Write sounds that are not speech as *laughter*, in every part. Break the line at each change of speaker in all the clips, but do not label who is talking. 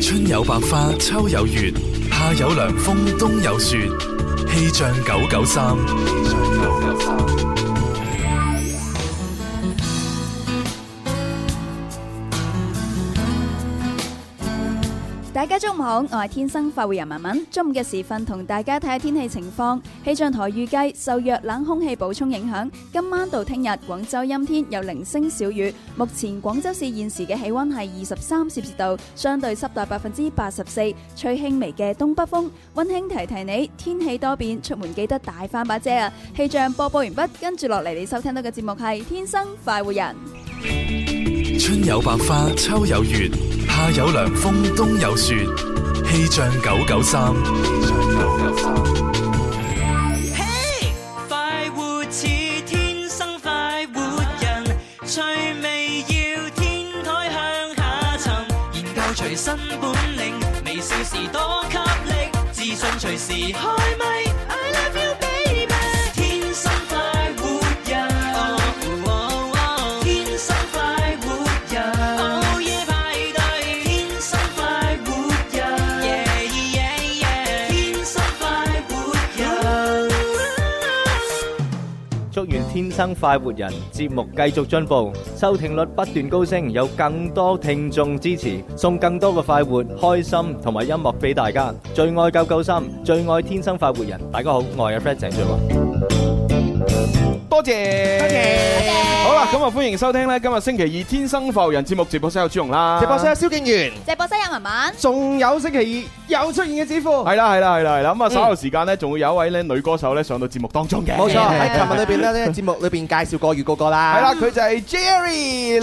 春有百花，秋有月，夏有涼風，冬有雪。氣象九九三，
大家中午好，我係天生快活人文文。中午嘅時分同大家睇下天氣情況。氣象台預計受弱冷空氣補充影響，今晚到聽日廣州陰天有零星小雨。目前廣州市現時嘅氣温係二十三攝氏度，相對濕度百分之八十四，吹輕微嘅東北風。温馨提提你，天氣多變，出門記得帶翻把遮啊！氣象播報完畢，跟住落嚟你收聽到嘅節目係《天生快活人》。
春有百花，秋有月，夏有涼風，冬有雪。氣象九九三，
嘿，快活似天生快活人，趣味要天台向下沉，研究隨身本領，微笑時多給力，自信隨時開咪。I love you baby，天生快活人，哦哦天生快活人，午夜派對，天生快活人，yeah yeah yeah，天生快活人。
祝願天生快活人節目繼續進步，收聽率不斷高升，有更多聽眾支持，送更多嘅快活、開心同埋音樂俾大家。最愛九九三，最愛天生快活人。大家好，我係 Fred 鄭俊華。
多謝，多謝。好啦，咁啊，歡迎收聽咧，今日星期二《天生浮人》節目，直播室有朱紅啦，
直播室有蕭敬元，
直播室有文文。
仲有星期二又出現嘅指父，
係啦，係啦，係啦，係啦。咁啊，稍後時間咧，仲會有一位咧女歌手咧上到節目當中嘅， *laughs*
冇錯，喺琴日裏邊咧呢個節目裏邊介紹過預告過啦，
係啦，佢就係 Jerry *laughs*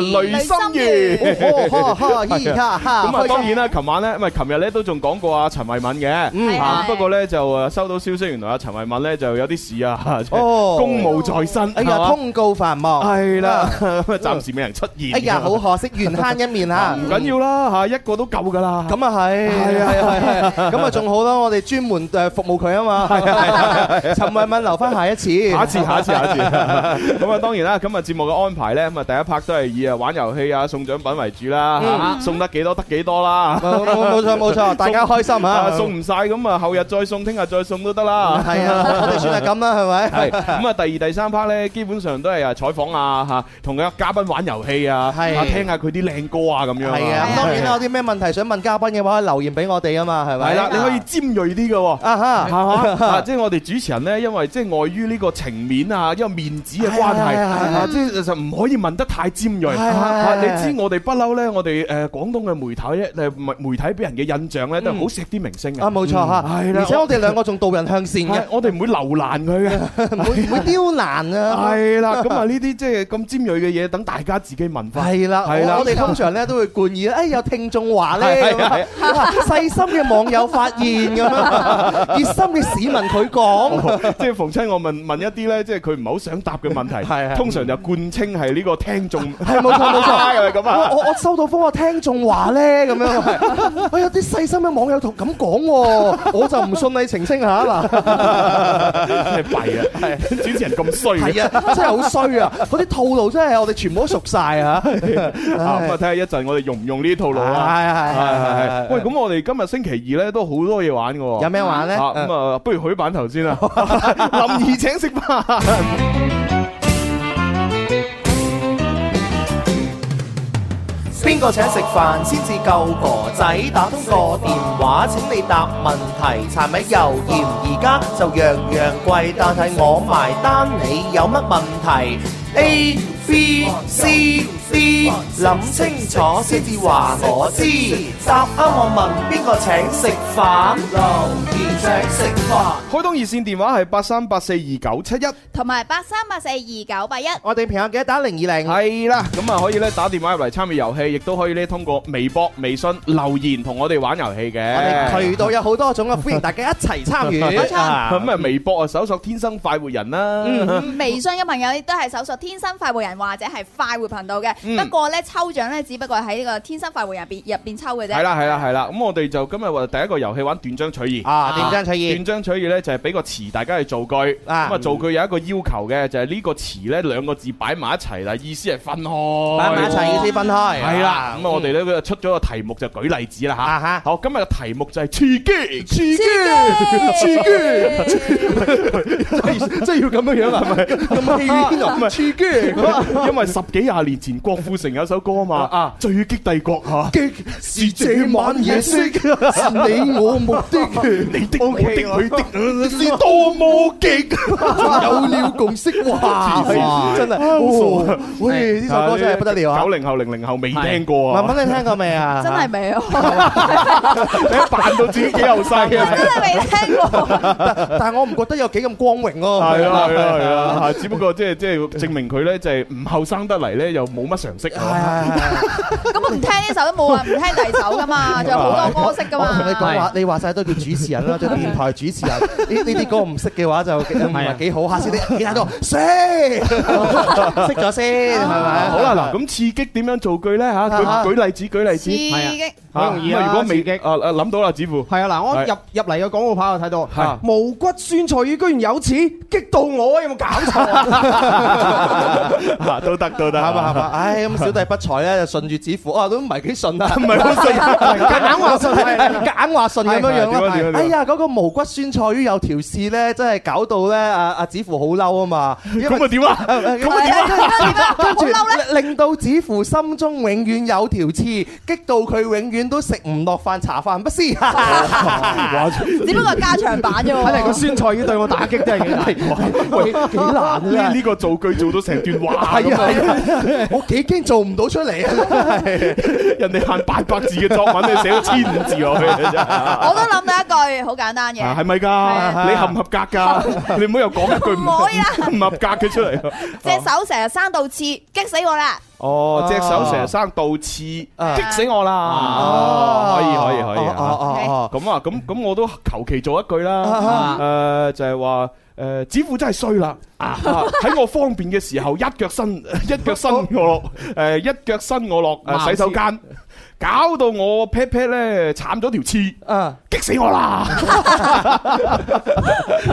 雷
雷
心如。
哦，呵呵呵，依哈哈，
咁啊，
開心
當然啦，琴晚咧，唔係琴日咧都仲講過啊陳慧敏嘅，
嗯
啊
係
不過咧就誒收到消息，原來啊陳慧敏咧就有啲事啊，
哦
*laughs* 公務在身，
哎
係
呀，
嘛
通告繁忙，
係啦，咁啊 *laughs* 暫時未能出現。
哎呀，好可惜，緣慳一面嚇，
唔緊要啦嚇，一個都夠㗎啦。
咁啊係，係啊係啊係，咁啊仲好啦，我哋專門誒服務佢啊嘛，陳慧敏留翻下一次，
下一
*laughs*
次， *laughs* 下一次，下一次。咁啊，當然啦，咁啊，節目嘅安排咧，咁啊，第一 part 都係以啊玩遊戲啊、送獎品為主啦，嚇送得幾多得幾多
*laughs*
啦。
冇冇冇錯冇錯，大家開心
啊，
嚇，
送唔晒咁啊，後日再送，聽日再送都得啦。
係啊，我哋算係咁啦，係咪？
係咁啊，第二、第三 part 咧，基本上都係啊採訪啊嚇，同嘅嘉賓玩遊戲啊，
係
啊聽下佢啲靚歌啊咁樣。
係啊，咁當然啦，有啲咩問題想問嘉賓嘅話，留言俾我哋啊嘛，係咪？
係啦，你可以尖鋭啲嘅喎。
啊
係
哈，
嘛？啊，即係我哋主持人咧，因為即係礙於呢個情面啊，因為面子嘅關係，
係係係
啊，即係就唔可以問得太尖鋭。
係係
啊
係係
你知我哋不嬲咧，我哋誒廣東嘅媒體咧，誒媒媒體俾人嘅印象咧，都係好錫啲明星嘅。
啊冇錯嚇，
嗯係啦
而且我哋兩個仲導人向善
係
嘅，
我哋唔會留難佢嘅。
唔會唔會刁難啊。
係啦，咁啊呢啲即係咁尖鋭嘅嘢，等大家自己問翻。
係啦，
係啦
我我哋通常咧都會冠以，誒有聽眾話
係
咧，
係係
哇細心嘅網友發現
*laughs*
咁樣，熱心嘅市民佢講，
即係逢親我問問一啲咧，即係佢唔係好想答嘅問
係
題，
係
通常就冠稱係呢個聽眾。
係冇錯
*laughs*
冇錯，
咁
我
啊。
我我收到風，我聽眾話咧咁
*laughs*
樣，我有啲細心嘅網友同咁講喎，我就唔信你澄清下嗱。
*laughs* 真係弊啊！
*laughs*
主持人咁衰嘅
係啊，真係好衰啊！嗰啲套路真係我哋全部都熟晒
*laughs* 啊
啊！
咁啊，睇下一陣我哋用唔用呢啲套路啦。係係係。
係係係係
喂，咁我哋今日星期二咧都好多嘢玩嘅喎。
有咩玩咧？嗯
啊咁啊，不如許版頭先
*laughs*
啦。林怡請食飯。
邊個請食飯先至夠哥仔？打通個電話請你答問題，柴米油鹽而家就樣樣貴，但係我埋單，你有乜問題？A B C D，諗清楚先至話我知。答啱我問邊個請食飯？留言請食飯。
開通熱線電話係八三八四二九七一，
同埋八三八四二九八一。
我哋朋友記得打零二零。
係啦。咁啊，可以咧打電話入嚟參與遊戲，亦都可以咧通過微博、微信留言同我哋玩遊戲
我哋
嘅。
渠道有好多 *laughs* 種啊，歡迎大家一齊參 *laughs* 與。
冇錯
啊
咁啊，微博啊搜索天生快活人啦。
嗯
微信嘅朋友亦都係搜索天生快活人或者係快活頻道嘅，
嗯
嘅。不過咧抽獎咧，只不過喺呢個天生快活人入邊入邊抽嘅啫。
系啦，系啦，系啦。咁我哋就今日話第一個遊戲玩斷章取義。
啊，斷章取義
斷章取義咧就係俾個詞大家去造句，咁
啊
啊造句有一個要求嘅，就係呢個詞咧兩個字擺埋一齊啦，意思係分開。
擺埋一齊，意思分開。
系啦，咁啊我哋咧佢出咗個題目就舉例子啦
啊
吓。
哈，
好，今日嘅題目就係刺激，刺激， *laughs* 哎真係要咁樣樣啊？係咪咁氣啊？唔係刺激，因為十幾廿年前郭富城有首歌嘛，啊，最激帝國吓，激是這晚夜色，是你我目的， *laughs* 你的我的佢的，是多麼激，有了共識，
*laughs*
哇
真係，
好傻啊
哦喂，呢首歌真係不得了啊
九！零後、零零後未聽過啊
文。文你聽過未啊？
真係未啊，
你扮到自己幾後生嘅。
真係未聽過。
但係我唔覺得有幾咁光榮咯。
係啊係啊係啊，只不過即係即係證明佢咧就係唔後生得嚟咧，又冇乜常識。係
係係係係
咁我唔聽呢首都冇話唔聽第二首噶嘛，仲有好多歌識噶
我
嘛。
同你講話，你話晒都叫主 *laughs* 持人啦，做電台主持人。呢 *laughs* 呢啲歌唔識嘅話就唔係幾好。下次你其他 *laughs* 歌識，識咗先係咪？
好啦，嗱，咁刺激點樣造句咧吓？舉
啊
舉例子，舉例子
刺。激，
À,
好容易啊
咁如果未
刺激
啊啊諗到啦，子富。 *laughs*
係啊，嗱，我
係
入入嚟嘅廣告牌我睇到
係
毛骨酸菜魚居然有此，激到我有冇搞
*laughs*
錯啊？
À, 啊都得都得，
係嘛係嘛，唉咁小弟不才咧，就順住指符啊，都 *laughs* 唔係幾順啊，唔
係好順
夾硬話順係夾硬話順咁樣樣
係點啊點啊點
啦。
啊
哎呀，嗰個無骨酸菜魚有條線咧，真係搞到咧阿阿子符好嬲啊 *laughs* 嘛，因為
咁啊點啊？
咁跟住令到子父心中永遠有條刺，激到佢永遠都食唔落飯，茶飯不思。
啊
只不過係加長版啫
睇嚟個
喎。
酸菜魚對我打擊真係幾大。
喂，幾難呢呢個造句做到成段話咁
係
啊，
啊係啊， *laughs* 我幾驚做唔到出嚟啊！
*laughs* 人哋限八百字嘅作文，你寫咗千五字落去真係
我都諗到一句好簡單嘅，
啊，係咪
啊
㗎？你合唔合格㗎？你唔好又講一句唔
唔可以啦
唔合格嘅出嚟。
隻手成日生到刺，激死我啦！
哦，隻手成日生倒刺，
啊
激死我啦！哦，可以可以可以
哦
啊！
哦
咁啊，咁咁我都求其做一句啦
啊。
誒，就係話誒，子父真係衰啦！啊喺我方便嘅
*laughs*
時候，一腳伸 *laughs* 一腳伸我落誒，一腳伸我落誒洗手間，搞到我 pat pat 咧慘咗條刺。
哦啊！
激死我
*laughs*
啦！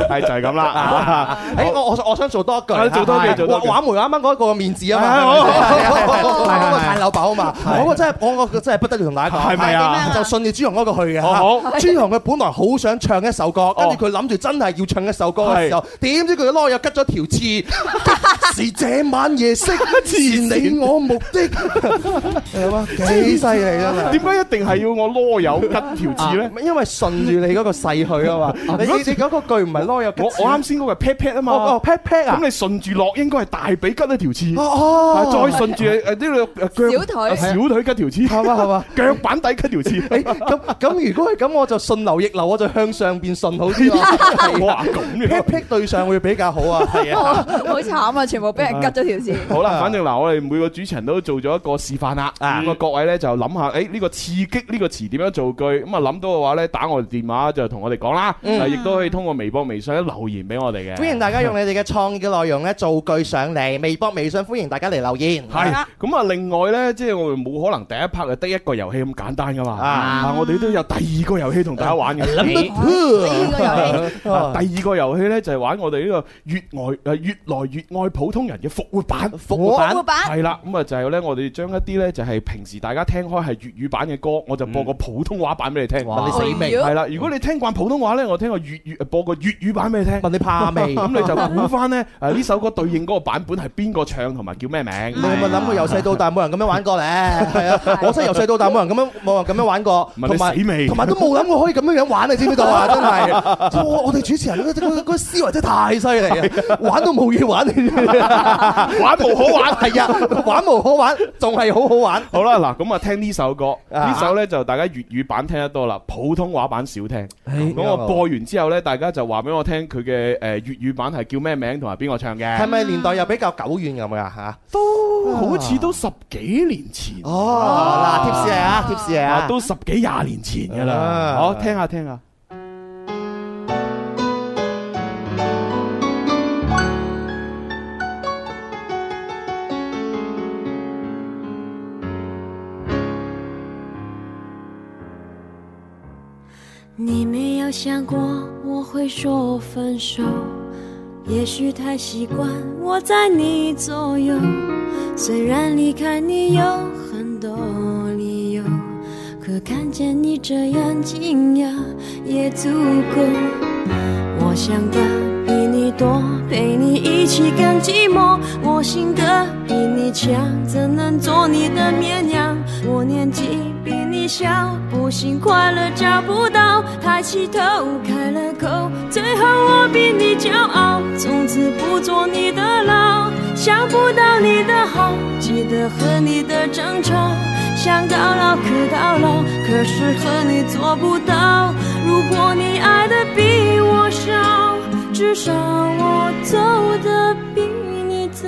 係就係咁啦，
誒，哎我我我想做多一
啊
句，啊挽回啱啱嗰個面子啊嘛，嗰個太扭爆啊嘛，嗰個真係我個真係不得了同大家講，
係咪啊？
就順住朱紅嗰個去嘅。
好好。哦
朱紅佢本來好想唱一首歌，跟住佢諗住真係要唱一首歌嘅時候，點知佢嘅籮柚拮咗條刺，
*laughs*
是這晚夜色，是你我目的，係嘛？幾犀利啊真係！啊
點解一定係要我啰柚吉條刺咧？
因為順住你嗰個勢
*laughs*
去啊嘛，你你你嗰個句唔係籮柚拮
我我啱先嗰個係 pat pat 啊嘛，
哦哦 pat pat 啊
咁，你順住落應該係大髀吉一條刺，啊
哦，
再順住誒呢個腳
小腿
啊小腿吉條刺，
係嘛係嘛。
*laughs* 腳板底吉條刺。 *laughs*
誒咁咁，如果係咁，我就順流逆流，我就向上邊順好
*laughs*
啲
我
咯。 *laughs*
話咁
pat
嘅。
pat 對上會比較好啊。係啊，
*laughs* 好慘啊！全部俾人吉咗條線。
*laughs* 好啦，反正嗱，我哋每個主持人都做咗一個示範啦。
啊
咁啊，各位咧就諗下，誒呢個刺激呢個詞點樣造句？咁啊諗到嘅話咧，打我哋電話就同我哋講啦。啊亦都可以通過微博、微信咧留言俾我哋嘅。
歡迎大家用你哋嘅創意嘅內容咧造句上嚟，微博、微信歡迎大家嚟留言。
係咁啊！另外呢，即係我哋冇可能第一 part 係得一個遊戲咁簡單噶嘛，
啊
啊，我哋都有第二個遊戲同大家玩嘅。
諗
呢個遊戲
啊
啊
第二個遊戲呢，就係玩我哋呢個越愛誒越來越愛普通人嘅復活版。
復活 *laughs* 版
副版
係啦，咁啊就係呢，我哋將一啲呢，就係平時大家聽開係粵語版嘅歌，我就播個普通話版俾你聽。哦
問你死未？
係啦，如果你聽慣普通話呢，我聽個粵語播個粵語版俾你聽。
問你怕未？
咁
你
你就估翻呢，誒呢首歌對應嗰個版本係邊個唱同埋叫咩名？
有冇諗過由細到大冇人咁樣玩過咧？係啊，我真係由細到大冇人咁樣冇人咁樣玩過，
問你
同埋
死未
同埋
*laughs*
都冇諗過可以咁樣樣玩，你知唔知道啊？真係，我我哋主持人嗰嗰嗰思維真係太犀利啊！玩都冇嘢玩，你知唔知啊
玩無可玩。
係啊，玩無可玩，仲係好好玩。
好啦，嗱，咁啊，聽呢首歌，
啊
呢首呢就大家粵語版聽得多啦，普通話版少聽。咁啊我播完之後呢，大家就話俾我聽佢嘅呃誒粵語版係叫咩名同埋邊個唱嘅。
係咪年代又比較久遠咁噶嚇？
都好似都十幾年前，
哦，嗱，貼士嚟啊，貼士嚟
啊
啊，
都十幾廿年前㗎啦。
啊
好，聽下聽下。
Hãy subscribe cho kênh Ghiền Mì Gõ Để không bỏ lỡ 你没有想过我会说分手，也许太习惯我在你左右。虽然离开你有很多理由，可看见你这样惊讶也足够。我想的比你多，陪你一起更寂寞。我信的比你强，怎能做你的绵羊？我年纪比你小，不幸快乐找不到，抬起头开了口，最后我比你骄傲，从此不做你的老，想不到你的好，记得和你的争吵。想到老可到老，可是和你做不到。如果你爱的比我少，至少我走的比你早。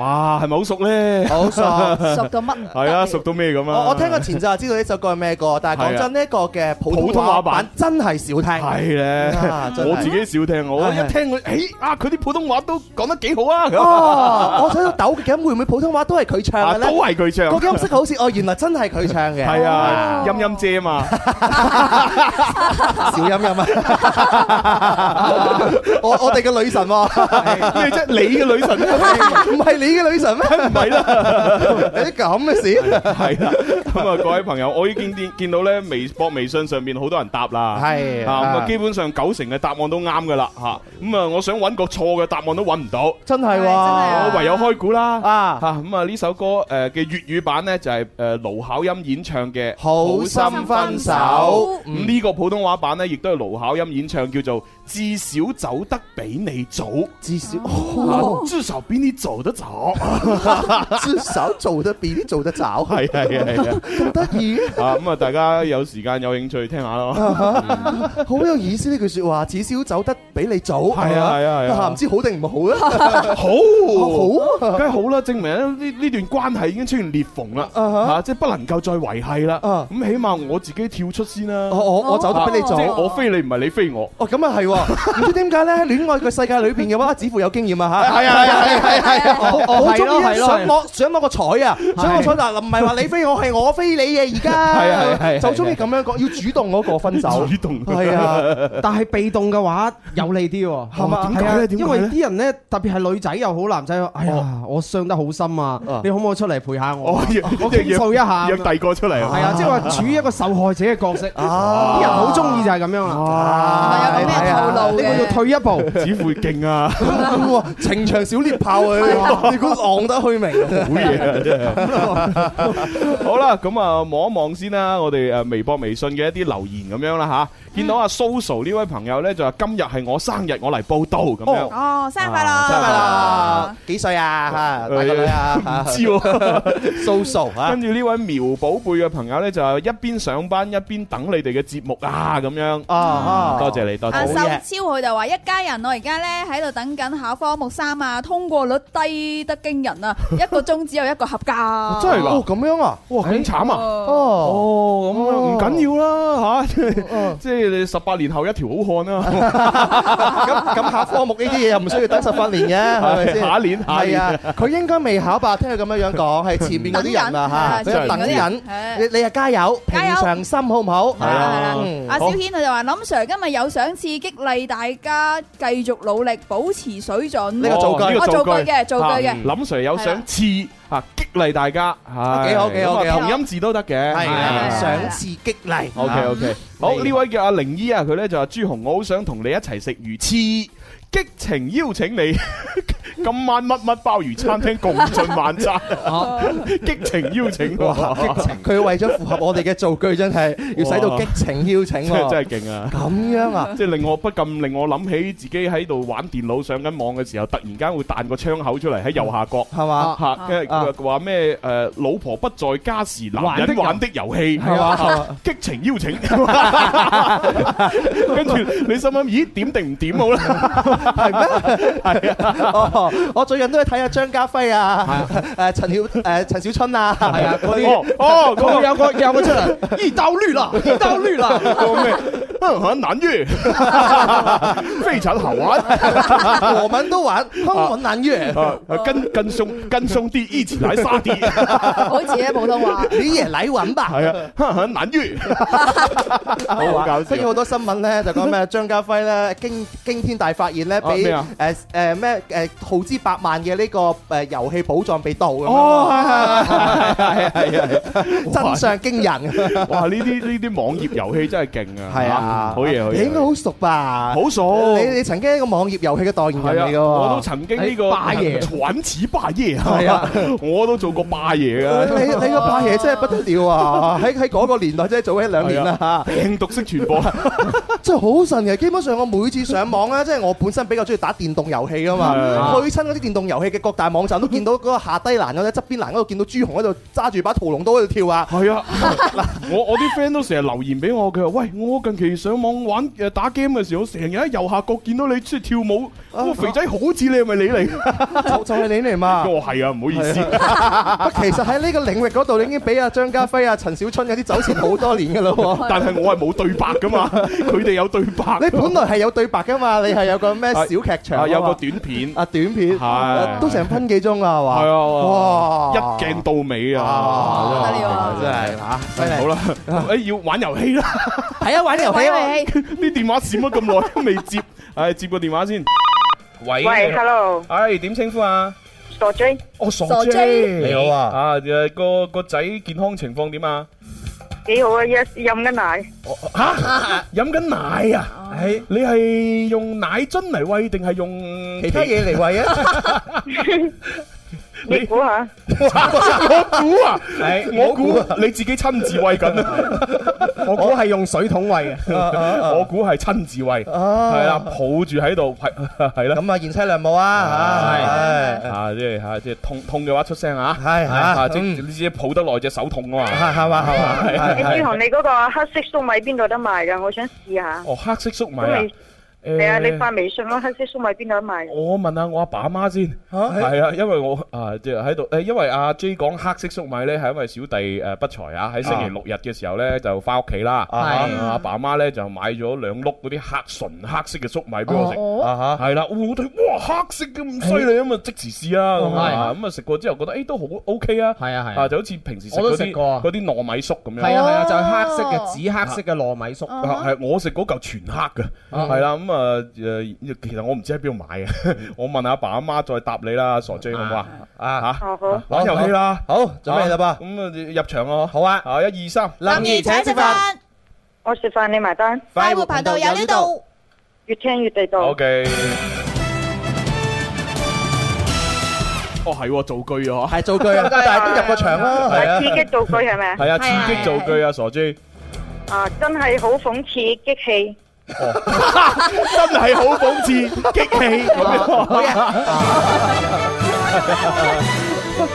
哇，系咪好熟咧？
好熟
Ờ,
熟到
*laughs*
乜？
系啊，熟。到咩咁啊？
我我聽過前奏就知道呢首歌係咩歌，但係
係
講
啊
真呢個嘅普
普
通
通
話
話
版
版
真係少聽。
系咧
啊，真係
我自己少聽，我一
係
聽佢，诶啊，佢啲普通話都講得幾好啊，咁
哦，我想到糾結咁，會唔會普通話都係佢唱
啊
嘅咧？
都係佢唱
個，音色好似哦，原來真係佢唱嘅。
係啊，音音姐 *laughs* 嘛，
小音音
*laughs*
啊！ *laughs* 我我哋嘅女神喎，
咩啫？你嘅女神啊 *laughs*
唔係你嘅女神咩？
唔係啦。
有啲咁嘅事？
系啦，咁啊，各位朋友，我已經見見到咧，微博、微信上面好多人答啦，啊，
係
咁啊，
啊
基本上九成嘅答案都啱噶啦，吓，咁啊，我想揾個錯嘅答案都揾唔到，
真係
係真係啊
我
喎，
唯有開估啦，
啊
吓，咁啊，呢首歌诶嘅粵語版呢，就係诶盧巧音演唱嘅《
好心
*laughs*
分手。
咁呢個普通話版呢，亦都係盧巧音演唱，叫做《至少走得比你早》，
至少
啊至少比你走得早，
至少做得比做得早，
係係係係啊
咁得意，
啊，咁啊，大家有時間有興趣聽下咯。
好有意思呢句説話。至少走得比你早，
係啊係啊係啊哦
唔知好定唔好
*laughs*
啊？
好，
好
梗係好啦，證明呢呢段關係已經出現裂縫啦，
啊哈
嚇，即係不能夠再維係啦。
啊
咁起碼我自己跳出先啦。
我我我走得比你
即係
早。
我飛你唔係你飛我。
哦，咁啊係
*laughs*
喎，唔知點解咧？戀愛嘅世界裏邊嘅話，子父有經驗啊嚇。
係啊係啊
係係係，我我好
係咯
中意啊
係咯
想攞想攞個彩啊，想攞彩嗱，唔係話你飛我係我飛你啊，而家
係啊係啊係啊
就中意咁樣講，要主動嗰個分手。
*laughs* 主動
係啊，
*laughs* 但係被動嘅話有利啲喎，
係嘛
係
點解
啊
咧點解
因為
咧
啲人咧，特別係女仔又好，男仔又好，哎呀，我傷得好深啊
啊，
你可唔可以出嚟陪下我
我
啊？
約
我
約
傾訴一下
約第二個出嚟
係 *laughs* 啊，即係話處於一個受害者嘅角色，啲人好中意就係咁樣啦。
啊
有個咩
係啊
套路
你
嘅
叫做退一 *laughs* 步，
子父勁啊，好
哇
*laughs*
情場小獵豹啊！你估浪得虛名？
嘢啊，真係。好啦，咁啊望一望先啦，我哋誒微博、微信嘅一啲留言咁樣啦吓，見到阿 Soso 呢位朋友咧就話今日係我生日，我嚟報到咁樣。
Ờ,
哦，生日快樂！
真係啦，幾歲啊？嚇，大個女啊
唔，知喎。
蘇蘇啊
跟，住呢位苗寶貝嘅朋友呢，就係一邊上班一邊等你哋嘅節目啊，咁樣。
啊啊
多謝你，多
阿
謝
À,
秀
你。
嘢
超佢就話：一家人我而家咧喺度等緊考科目三啊，通過率低得驚人
à.
啊，一個鐘只有一個合格。
真係㗎
哦咁樣啊？
哇，咁慘啊！
Ờ.
哦，
哦，
哦，咁啊
哦
唔緊要啦吓， *laughs* 即係你十八年後一條好漢啊啦。
咁咁考科目呢啲嘢又唔需要等十八年嘅， *laughs* 係咪先？
下一年，下一
係啊
年。，
佢應該未考吧？聽佢咁樣 *laughs* 樣講，係前面嗰啲人啊嚇，
等緊
即係
係
等緊
前面嗰啲人。
你你係加油，平
加油
常心好唔好？
係啦係啦
嗯
À,
阿小
好
軒佢就話：林 Sir 今日有賞賜激勵大家繼續努力，保持水準。
呢個造句
Ờ,
哦呢
我
個
造
造
句
句
嘅，
Ờ.
造句嘅。
林 Sir 有想刺啊，激勵大家，係
幾好幾好
咁啊
幾好
同音字都得嘅，
係
係
啊，
係
賞賜激勵。
O K O K，好
嚟
呢位叫阿玲姨啊，佢咧就話朱紅，我好想同你一齊食魚翅，激情邀請你 *laughs* 今晚乜乜鮑魚餐廳共進晚 *laughs* 餐，激情邀請
哇！
哇，
激情，佢為咗符合我哋嘅造句，真係要使到激情邀請
*laughs* 真
*laughs*
係
喎。
真係勁啊！
咁樣啊？
即係令我不禁令我諗起自己喺度玩電腦上緊網嘅時候，突然間會彈個窗口出嚟喺右下角。
係嘛？
吓，跟住佢話咩？誒，老婆不在家時，男人玩的遊戲
係嘛？
激情邀 *laughs* 請，跟住你心諗，咦點定唔點好咧？
*laughs* 哦，我最近都去睇下張家輝啊， *laughs* 誒陳曉誒陳小春啊，係啊嗰啲
哦哦，嗰
佢
個
*laughs*
*laughs*
有個有個出嚟，一刀綠啦，一刀綠啦。
嗰個咩嗯，很难 *laughs* 越，非常好玩。
我们都
*laughs*
玩，哼，我难越，
啊，跟跟兄跟兄弟一起来杀敌，系
Ờ,
好似咧普通
à.
話。
你也嚟玩吧。
啊，很难越，
好
好搞
啊！
笑
跟住好多新聞咧，就講咩張家輝咧驚驚天大發現咧，
啊咩
俾
啊
誒誒咩誒耗資百萬嘅呢個誒遊戲寶藏被盜咁樣
哦
啊，
係係係
*laughs* 真相驚人，
哇！呢啲呢啲網頁遊戲真係勁啊，
係啊，
好嘢好
你應該
嘢，
好熟吧？
好傻，
你你曾經係一個網頁遊戲嘅代言人嚟
係
㗎
啊，我都
喎。
曾經呢個
霸爺
傳子霸爺
係啊，
*laughs* 我都做過霸啊爺 *laughs*
你
噶，
你個霸爺真係不得了啊！喺喺嗰個年代真係早一兩年啦
係啊
嚇。
病毒式傳播，
真係好神奇，基本上我每次上網 *laughs* 咧，即係我本身比較中意打電動遊戲啊嘛，
係
去親嗰啲電動遊戲嘅各大網站都見到嗰個下低欄嗰啲側邊欄嗰度見到朱紅喺度揸住把屠龍刀喺度跳
*laughs*
啊！
係啊，我我啲 friend 都成日留言俾我，佢話：喂，我近期上網玩誒打 game 嘅時候，成日喺右下角見到你即係跳舞，個肥仔好似你，係咪你嚟？
就就係你
*laughs*
嚟嘛！
我話係啊，唔好意思，
其實喺呢個領域嗰度，你已經比阿張家輝、啊、陳小春嗰啲走前好多年㗎啦
*laughs*
喎！
但係我係冇對白噶
*laughs*
嘛，佢哋有對白，
你本來係有對白㗎嘛，你係有個咩小劇場啊
啊
嘛
有個短片，
啊短片，
係
都成分幾鐘啦係嘛？
係啊，
哇！
一鏡到尾
啊
啊！
得了
真係嚇，犀利！
好，
*laughs*
啦，誒要玩遊戲啦。
係啊，玩遊戲啊！
喂，
呢電話閃咗咁耐都未 *laughs* 接，唉，接個電話先。喂
喂，hello，
唉，點稱呼啊？
傻 J，
哦，傻
傻 J
你好啊！啊，誒個個仔健康情況點啊？
幾好啊，一飲緊奶，
吓，飲緊奶啊？係你係用奶樽嚟喂定係用
其他？嘢嚟喂
*laughs*
啊！ *laughs*
你估下？
我估啊，我
我估
估你自己親自喂緊啊，
我估係用水桶喂嘅。
啊
我估係親自喂，係啦，抱住喺度，係係啦。
咁啊，賢妻良母啊，係
啊，即係嚇，即係痛痛嘅話出聲啊！
係嚇
啊，即
嗯
你知抱得耐隻手痛啊嘛。
係係嘛係嘛
係
你
係
朱
係
紅，你嗰個黑色粟米邊度得賣㗎？我想試下。
哦，黑色粟米啊
咁！你係啊，
誒
你發微信咯，黑色粟米邊度得賣？
我問下我阿爸阿媽先，係啊，因為我啊即係喺度誒，因為阿 J 講黑色粟米咧，係因為小弟誒不才啊，喺星期六日嘅時候咧就翻屋企啦，啊阿爸阿媽咧就買咗兩碌嗰啲黑純黑色嘅粟米俾我食。
啊
係啦，哦我睇哇黑色嘅咁犀利咁啊，即時試啦咁啊，
係
咁啊食過之後覺得誒都好 OK 啊，
係啊係啊
啊就好似平時食
我
嗰
都食
啲
過啊
嗰啲糯米粟咁樣，
係啊係啊，就係黑色嘅紫黑色嘅糯米
啊
粟。
係我食嗰嚿全黑嘅，係啦咁啊誒，其實我唔知喺邊度買
*laughs*
嘅，我問下阿爸阿媽再答你啦，傻 J 好唔好啊？啊嚇，
哦好，
玩遊戲啦，
好準備啦
咁啊入場啊，
噃，好啊！
啊一二三，
林怡請食飯，
我食飯你埋單，
快活頻道有呢度。
越聽越地道。
啊
OK。哦，係喎，造句啊，
係造句啊，但係都入過場啦，係
係
啊，
刺激造句係咪啊？
係啊，刺激造句啊，傻 J，
啊，真係好諷刺激氣。
真係好諷刺，激氣咁
*laughs*
樣。 *laughs* 喂，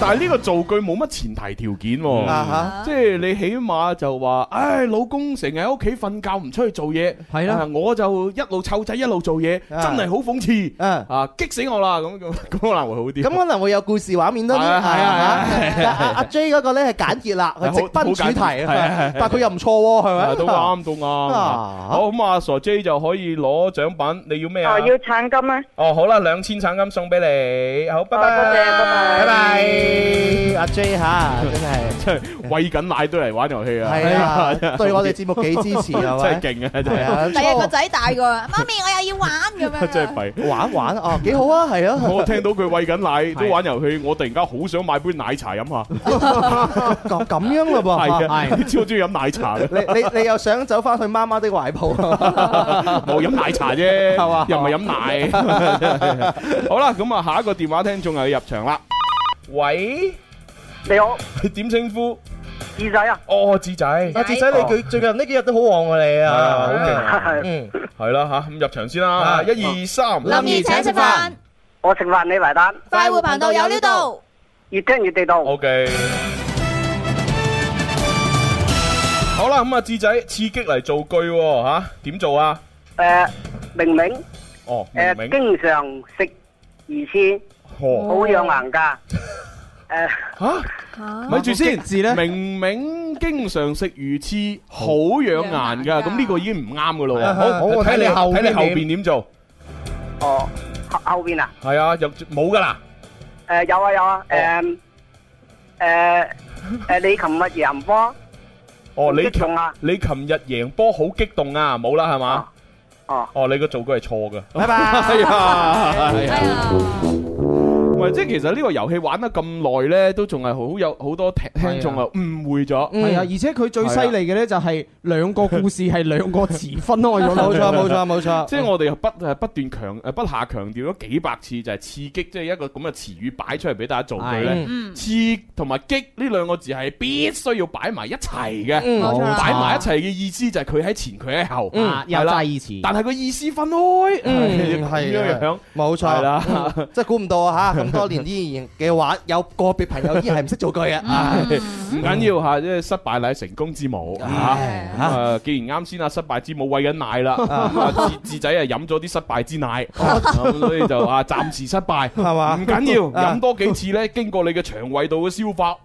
但係呢個造句冇乜前提條件喎。
啊
即係你起碼就話，唉，老公成日喺屋企瞓覺唔出去做嘢，
係啦
啊我就一路湊仔一路做嘢，真
啊
係好諷刺
嚇，啊，
啊！激死我啦！咁咁咁可能會好啲。
*laughs* 咁可能會有故事畫面多啲，
係啊係啊
係
係啊
但阿
*laughs*
阿 J 嗰個咧係簡潔啦，
係
佢直奔
好
主
簡
題
潔係係係
啊，但佢又唔錯
啊
喎，係咪？
都。啱都啱。
啊
好咁啊，傻 J 就可以攞獎品，你要咩啊
哦，？要橙金啊！
哦，好啦，兩千橙金送俾你，好，拜
哦，多謝，
拜。
拜
拜
拜。
拜， *laughs*
*laughs*
阿 J 吓，真係
真係喂緊奶都嚟玩遊戲啊！*laughs*
係啊，對我哋節目幾支持係咪
真係？勁啊！真
係
係
啊，
第一個仔大個，媽咪我又要玩咁
*laughs*
樣。
*laughs* 真係弊。
玩玩哦，幾好啊，
*laughs*
係啊。
我聽到佢喂緊奶都玩遊戲，我突然間好想買杯奶茶飲下。
*laughs* 咁咁樣嘞
係
噃，
啊，你超中意飲奶茶嘅，
你你你又想走翻去媽媽的懷
*laughs*
抱？
冇飲奶茶啫，
係嘛
又唔係飲奶。好啦，咁啊，下一個電話聽眾又要入場啦。喂，
你好，
*laughs* 點稱呼？
二仔啊，
哦，智仔，係
阿哲仔，你佢最近呢幾日都好旺喎你
哦
啊，好
啊！
勁，
係
嗯，
係啦吓，咁入場先
啊
啦，
係
一二三，
怡請食飯，
我食飯你埋單，
快活頻道有呢度。
越聽越地道。
，OK。好啦，咁啊，智仔刺激嚟造句喎吓，點做啊？
誒，明明
哦，明
誒，
明，
經常食魚翅，
哦，
好養顏㗎。诶，
咪住先，明明經常食魚翅，好養顏㗎，咁呢個已經唔啱噶咯喎。
啊好我
睇
睇
你
你後邊
睇你
點
後邊點做？
哦，後后边啊，
係啊，又冇㗎啦。
诶有啊有啊，诶 ờ, 诶诶，你琴日赢波，
哦，你
激
琴
動啊
你琴日贏波好激動啊，冇啦係嘛？
哦，
哦，你個造句係錯嘅。
拜拜
係啊，係啊。喂，即係其實呢個遊戲玩得咁耐咧，都仲係好有好多聽聽眾啊誤會咗。 *laughs*
係啊，而且佢最犀利嘅咧就係兩個故事係兩個詞分開 *laughs* 咗落去。
*laughs* 即係我哋不誒不斷強誒不下強調咗幾百次，就係刺激，即係一個咁嘅詞語擺出嚟俾大家做句咧
係嗯。
刺同埋激呢兩個字係必須要擺埋一齊嘅，
嗯冇錯啦
擺埋一齊嘅意思就係佢喺前，佢喺後，
嗯啊有
係啦
齋意思
但係個意思分開，
嗯，
係
係
咁樣樣
啊，冇錯
係啦。
嗯即係估唔
*laughs*
到啊嚇！咁多年依然嘅話，有個別朋友依然係唔識造句啊嘅。
唉 *laughs* 唔緊要嚇，即係失敗乃成功之母嚇。咁啊，既然啱先啊，失敗之母喂緊奶啦，咁啊智智仔啊飲咗啲失敗之奶，咁所以就啊暫時失敗，係
嘛
唔緊要，
啊
飲多幾次咧，經過你嘅腸胃道嘅消化，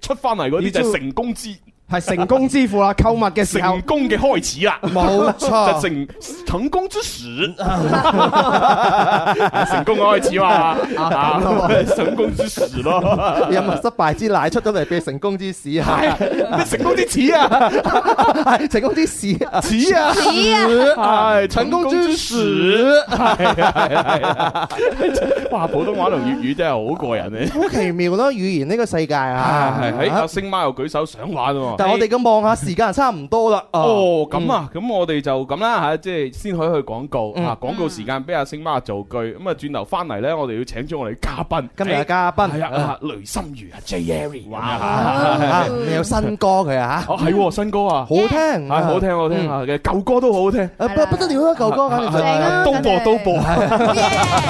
出翻嚟嗰啲就係成功之。
係成功之父啦，購物嘅時候
成。功嘅開始啦，
哦
冇
*laughs*
錯
就成成功之始，成功嘅開始嘛，啊 *laughs* 成功之始咯，
*laughs*
*laughs*
因為失敗之奶出咗嚟，變成功之屎啊！
咩成功之始啊，
係成功之屎啊！
始啊，
屎啊
係成功之始，係啊係啊係啊，哇！普通話同粵語真係好過癮啊！
好奇妙咯，語言呢個世界啊！
係喺阿星媽又舉手想玩喎，
但係我哋咁望下時間差唔多啦。
哦，咁啊，咁我哋就咁啦吓，即係先可以去廣告
嗯
啊，廣告時間俾阿星媽造句，咁啊轉頭翻嚟咧，我哋要請咗我哋嘅嘉賓，
今日嘅嘉賓
係啊啊，雷心如啊，J Jerry，
啊，你有新歌佢啊？
哦係喎新歌啊，好
好聽
係好聽好聽啊，嘅舊歌都好好聽，
啊不不得了啦，舊歌簡直就係
都播都播。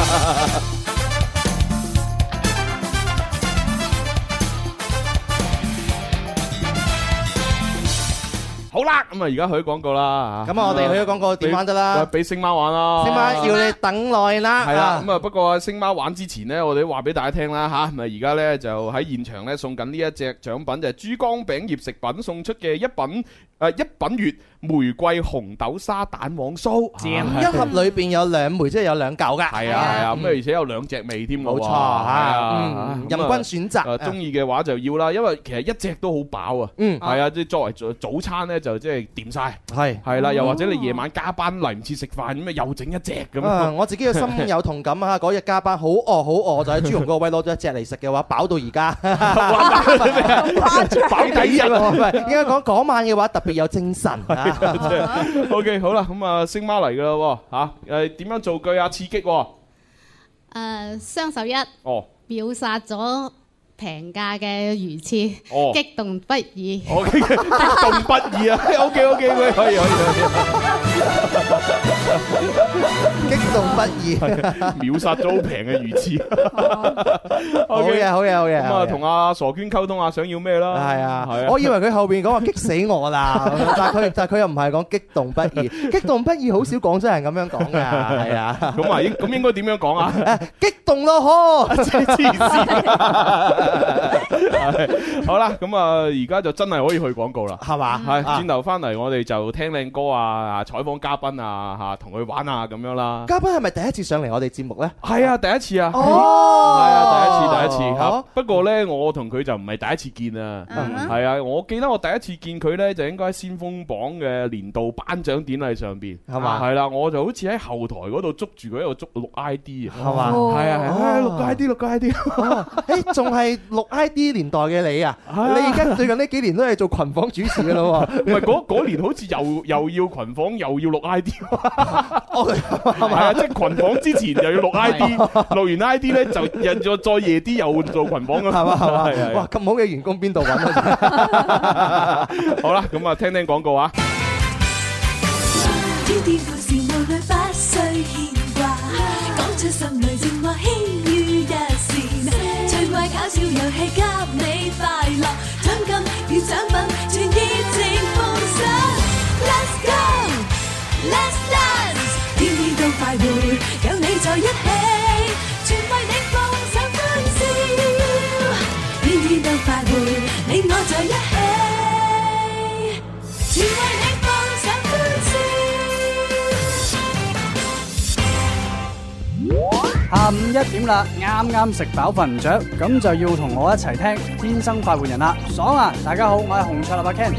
好啦，咁啊，而家去廣告啦。啊
咁啊我哋去咗廣告點玩得啦
喂俾星媽玩啦。
星媽要你等耐啦。
系啦，
啊
咁啊，不過星媽玩之前呢，我哋話俾大家聽啦吓，啊咪而家呢，就喺現場呢，送緊呢一隻獎品就係珠江餅業食品送出嘅一品诶一品月玫瑰紅豆沙蛋黃酥， *laughs*
一盒裏邊有兩枚，即係有兩嚿㗎。
係啊係啊，咁啊而且有兩隻味添㗎喎
冇錯
係
嚇，嗯任
咁啊
君選擇
誒。中意嘅話就要啦，因為其實一隻都好飽啊。
嗯
係啊，即係作為早早餐咧，就即係掂晒。
係
係啦，又或者你夜晚加班嚟唔切食飯，咁啊又整一隻咁
啊！
啊。
我自己嘅心有
*laughs*
同感啊！嗰日加班好餓好餓，就喺朱紅嗰位攞咗一隻嚟食嘅話，飽到
*laughs*
而家。 *laughs*
飽底人啊
唔係應該講嗰晚嘅話特別有精
*laughs*
神啊！
O K，好啦，咁啊，星媽嚟噶啦喎，吓誒點樣造句啊？刺激喎，
誒雙手一
哦
秒殺咗平價嘅魚翅，
哦
激動不已。
，O K，激動不已啊，O *laughs* K O K，可以可以
激動不
*laughs*
已，
秒殺咗好平嘅魚翅。
哦
*laughs*
好嘢好嘢好嘢！
咁
好
啊，
嘢
同阿傻娟溝通下，想要咩啦？係啊，係啊，
我以為佢後邊講話激死
*laughs*
我啦，但係佢但係佢又唔係講激動不已，激動不已好少廣州人咁樣講㗎，
*laughs*
係啊，
咁啊，應咁應該點樣
*laughs*
講啊？
激
*laughs*
動咯呵，
黐係好啦，咁啊，而家就真係可以去廣告啦，
係嘛
係
啊
轉頭翻嚟，我哋就聽靚歌啊，採訪嘉賓啊，嚇同佢玩啊，咁樣啦。
嘉賓係咪第一次上嚟我哋節目咧？
係啊，第一次啊，
哦
係啊，第一次第一次嚇
哦。嗯
不過呢，我同佢就唔係第一次見啊。係啊，我記得我第一次見佢呢，就應該喺先鋒榜嘅年度頒獎典禮上邊，
係嘛
係啦，我就好似喺後台嗰度捉住佢喺度捉錄 I D 啊，
係嘛哦
係啊，係啊唉錄 I D 錄 I D。
*laughs* 誒，仲係六 I D 年代嘅你啊！你而家最近呢幾年都係做群訪主持嘅
*laughs*
咯
唔係嗰嗰年好似又又要群訪又要錄 I
*laughs*
D，係
哦
啊，即係群訪之前又要錄 I D，錄完 I D 咧就印咗再夜啲又做群訪
喎，
啊，
係嘛
係
係
啊
嘛？
係
哇，
啊
咁好嘅員工邊度揾啊？
好啦，咁啊聽聽廣告啊。
天天故事無慮不需牽掛，講出心裏情話輕於一線，趣怪搞笑遊戲給你快樂，獎金與獎品全熱情奉上。Let's go，Let's dance，天天都快活，有你在一起，全為你奉上歡笑。
一點啦，啱啱食飽瞓唔着，咁就要同我一齊聽《天生快活人》啦，爽啊！大家好，我係洪卓立阿 Ken。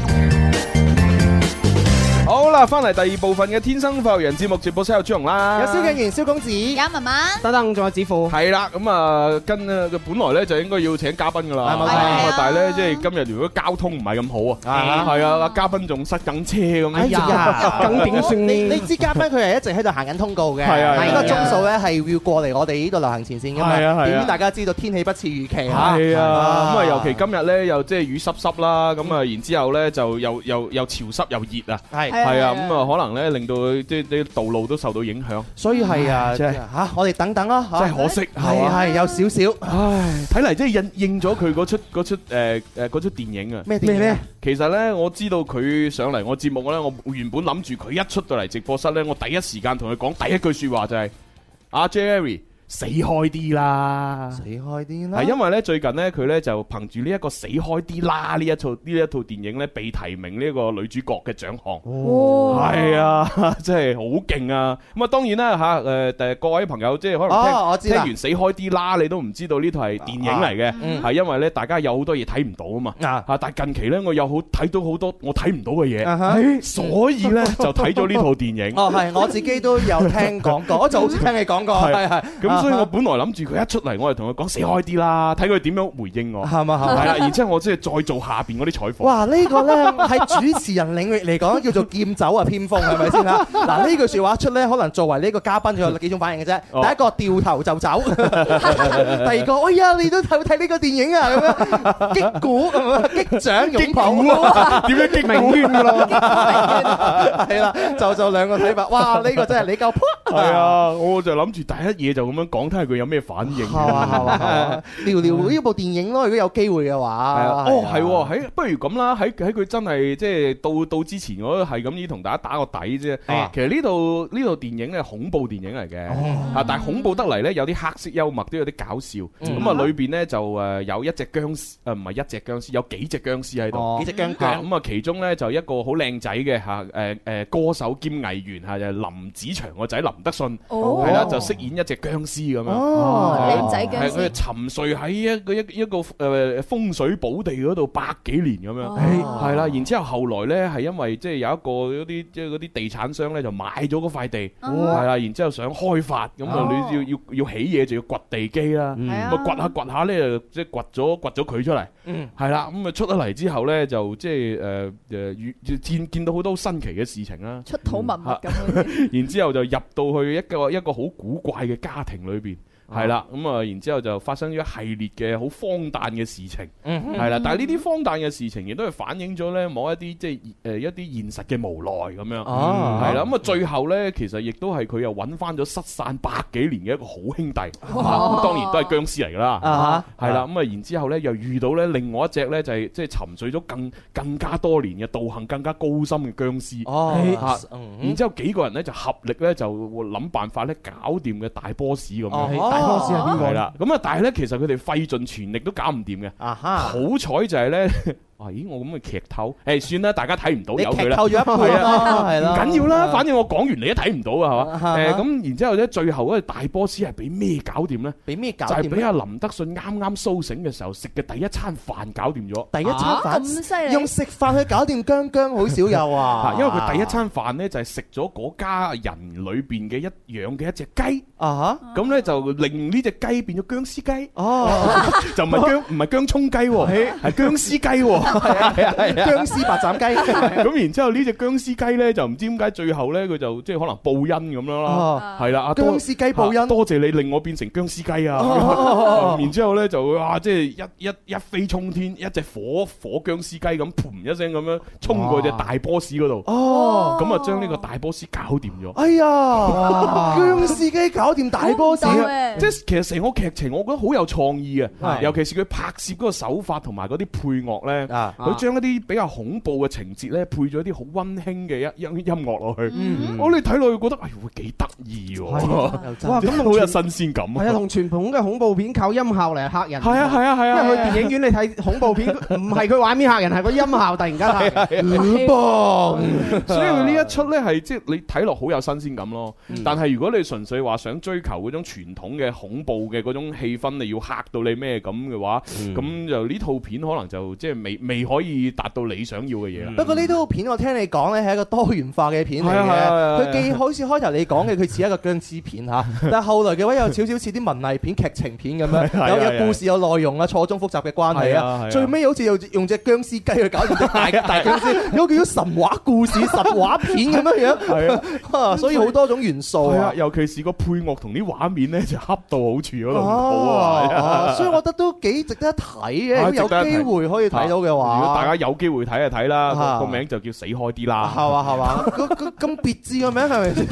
好啦，翻嚟第二部分嘅《天生快活人》節目直播室有朱紅啦，
有蕭敬元、蕭公子，
有文文，
等等，仲有子富，
系啦，咁啊，跟啊，佢本來咧就應該要請嘉賓噶啦，
係咪
咁
係
啊
啊
但係咧，即係今日如果交通唔係咁好啊，係啊，嘉賓仲塞緊車咁樣，
哎呀咁點算呢
你你知嘉賓佢係一直喺度行緊通告嘅，
係啊係啊
呢個鐘數咧係要過嚟我哋呢度流行前線㗎嘛。
係啊係啊
點知大家知道天氣不似預期嚇。
係啊，咁啊，尤其今日咧又即係雨濕濕啦，咁啊，然之後咧就又又又潮濕又熱啊，
係
係啊，
係啊
咁啊，可能咧令到即係啲道路都受到影響，
所以係啊，
真係
嚇我哋等等啦，嚇
真係可惜
係係有少少，
唉，睇嚟即係應應咗佢嗰出嗰出誒誒嗰出電影啊。
咩電影啊咩咧？
其實咧，我知道佢上嚟我節目咧，我原本諗住佢一出到嚟直播室咧，我第一時間同佢講第一句説話就係、阿 Jerry 死開啲啦，死
開啲啦。
係因為咧最近咧佢咧就憑住呢一個死開啲啦呢一套呢一套電影咧被提名呢個女主角嘅獎項，係啊， *laughs* 真係好勁啊！咁啊當然啦吓誒誒各位朋友即係可能聽,、
哦我知
聽
啦
完死開啲啦，你都唔知道呢套係電影嚟嘅，係、
嗯
因為咧大家有好多嘢睇唔到啊嘛，嚇、但係近期咧我有好睇到好多我睇唔到嘅嘢，
啊哈
誒所以
*laughs*
咧就睇咗呢套電影。
哦，係我自己都有聽講過，我就好似聽你講過，哦係係。
咁所以我本來諗住佢一出嚟，我就同佢講死開啲啦，睇佢點樣回應我。
係嘛係嘛
係啦，然之後我即係再做下邊嗰啲採訪。
啊 *laughs* 哇！呢個呢，喺主持人領域嚟講叫做劍走啊偏鋒，係咪先 *laughs* 啦？嗱，呢句説話一出呢，可能作為呢個嘉賓，佢有幾種反應嘅啫。
哦
第一個掉頭就 *laughs* 走，第二個哎呀，你都睇睇呢個電影啊咁樣，擊鼓咁樣，擊掌擁 *laughs* 抱，
點樣擊
明冤㗎咯？係啦，就就兩個睇法。哇！呢個真係你夠
係啊，我就諗住第一嘢就咁樣講，睇下佢有咩反應。
係嘛係啊嘛係嘛聊聊呢部電影咯，如果有機會嘅
係啊
話，
哦，係喎，喺不如咁啦，喺喺佢真係即係到到之前，我都係咁依同大家打個底啫
啊。
其實呢度呢套電影咧恐怖電影嚟嘅，
哦
啊，但係恐怖得嚟咧有啲黑色幽默，都有啲搞笑。
嗯
咁啊，裏邊咧就誒有一隻僵屍，誒唔係一隻僵屍，有幾隻僵屍喺
哦
度，
幾隻僵
嚇咁啊，其中咧就一個好靚仔嘅嚇，誒誒歌手兼藝員嚇，就係林子祥個仔林德信，
哦
係啦，就飾演一隻僵屍咁樣。
哦
係
靚仔僵屍
啊係佢沉睡喺一個一一個誒風水寶地嗰度百幾年咁樣，
哦
係啦。然之後後來咧係因為即係有一個嗰啲即係嗰啲地產商咧就買咗嗰塊地，
哦
係啦。然之後想開發咁啊，你要要要起嘢就要掘地基啦，
嗯係啊
咁啊掘下掘下咧就即係掘咗掘咗佢出嚟。
嗯
係啦，咁啊出咗嚟之後咧，就即係誒誒遇見見到好多新奇嘅事情啦，
出土文物咁
咁，然之後就入到去一個一個好古怪嘅家庭裏邊。係啦，咁啊，然之後就發生咗一系列嘅好荒誕嘅事情，
嗯
係啦，但係呢啲荒誕嘅事情亦都係反映咗咧某一啲即係呃誒一啲現實嘅無奈咁樣，
哦
係啦，咁啊最後咧其實亦都係佢又揾翻咗失散百幾年嘅一個好兄弟，啊
哦
咁當然都係僵屍嚟㗎啦，
啊哈
係啦，咁啊，然之後咧又遇到咧另外一隻咧就係即係沉睡咗更更加多年嘅道行更加高深嘅僵屍。啊
哦
嚇
嗯
然之後幾個人咧就合力咧就諗辦法咧搞掂嘅大 boss 咁
哦
樣。
大 boss 係邊個
係啦，咁啊，但係咧其實佢哋費盡全力都搞唔掂嘅。
啊
好彩就係 *laughs* 咧。咦，我咁嘅劇透，誒算啦，大家睇唔到
你
有佢啦，
劇透咗一半
係啊
咯係啦
唔緊要啦，反正我講完你都睇唔到啊，係嘛？
啊
誒咁，然之後咧，最後嗰個大 boss 係俾咩搞掂咧？
俾咩搞
就
掂呢啊
係俾阿林德信啱啱甦醒嘅時候食嘅第一餐飯搞掂咗。
第一餐飯
啊
用食飯去搞掂姜姜好少有
*laughs*！
啊
因為佢第一餐飯咧就係食咗嗰家人裏邊嘅一養嘅一隻雞
啊
咁咧就令呢隻雞變咗僵屍
*laughs*
雞
哦，
就唔係姜唔係姜葱雞
*laughs*
喎，係僵屍雞喎， *laughs* 係啊係啊
僵屍白斬雞
咁然之後呢只僵屍雞咧就唔知點解最後咧佢就即係可能報恩咁樣啦
哦，
係啦，啊多
僵屍雞報
啊多謝你令我變成僵屍雞啊！
哦
*laughs* 然之後咧就哇即係一一一飛沖天，一隻火火僵屍雞咁嘭一聲咁樣衝過隻大 boss 嗰度，
哦
咁啊將呢個大 boss 搞掂咗。
哎呀，
哇
僵屍雞搞掂大 boss，
即係其實成個劇情，我覺得好有創意嘅，啊
係
尤其是佢拍攝嗰個手法同埋嗰啲配樂咧，
啊
佢將一啲比較恐怖嘅情節咧，配咗一啲好温馨嘅一音音樂落去。我你睇落去覺得，哎，會幾得意喎！
嗯
係哇咁同
啊好有新鮮感。
係啊，同傳統嘅恐怖片靠音效嚟嚇人。
係啊係啊係啊
因為去電影院你睇恐
*laughs*
怖片，唔係佢畫面嚇人，係個音效突然
啊
間嚇
五
人。
啊
磅，所以佢呢一出呢，係即係你睇落好有新鮮感咯。但係如果你純粹話想追求嗰種傳統嘅恐怖嘅嗰種氣氛，你要嚇到你咩咁嘅話，咁就呢套片可能就即係未未可以達到你想要嘅嘢啦。
不過呢套片我聽你講咧係一個多元化嘅片嚟
嗯係啊係啊係
嘅，
啊
佢既好似開頭你講嘅佢似一個僵屍
*laughs*
片嚇，但係後來嘅話有少少似啲文藝片、劇情片咁
係啊
樣，有
係啊
有故事有內容啊，錯綜複雜嘅關係
係啊係
啊，
啊
最尾好似又用隻僵屍雞去搞掂隻大大僵屍，有叫做神話故事、神話片咁樣樣
係
啊，所以好多種元素
係
啊
啊，。尤其是個配樂同啲畫面呢，就恰到好處嗰度，好啊！係
哦
啊，
所以我覺得都幾值得一睇
啊
嘅，
值得一睇啊
有機會可以睇到嘅話，
如果大家有機會睇就睇啦，
啊
個個名就叫死開啲啦，
係嘛係嘛， *laughs* 咁咁咁別致嘅名係咪 *laughs* 先？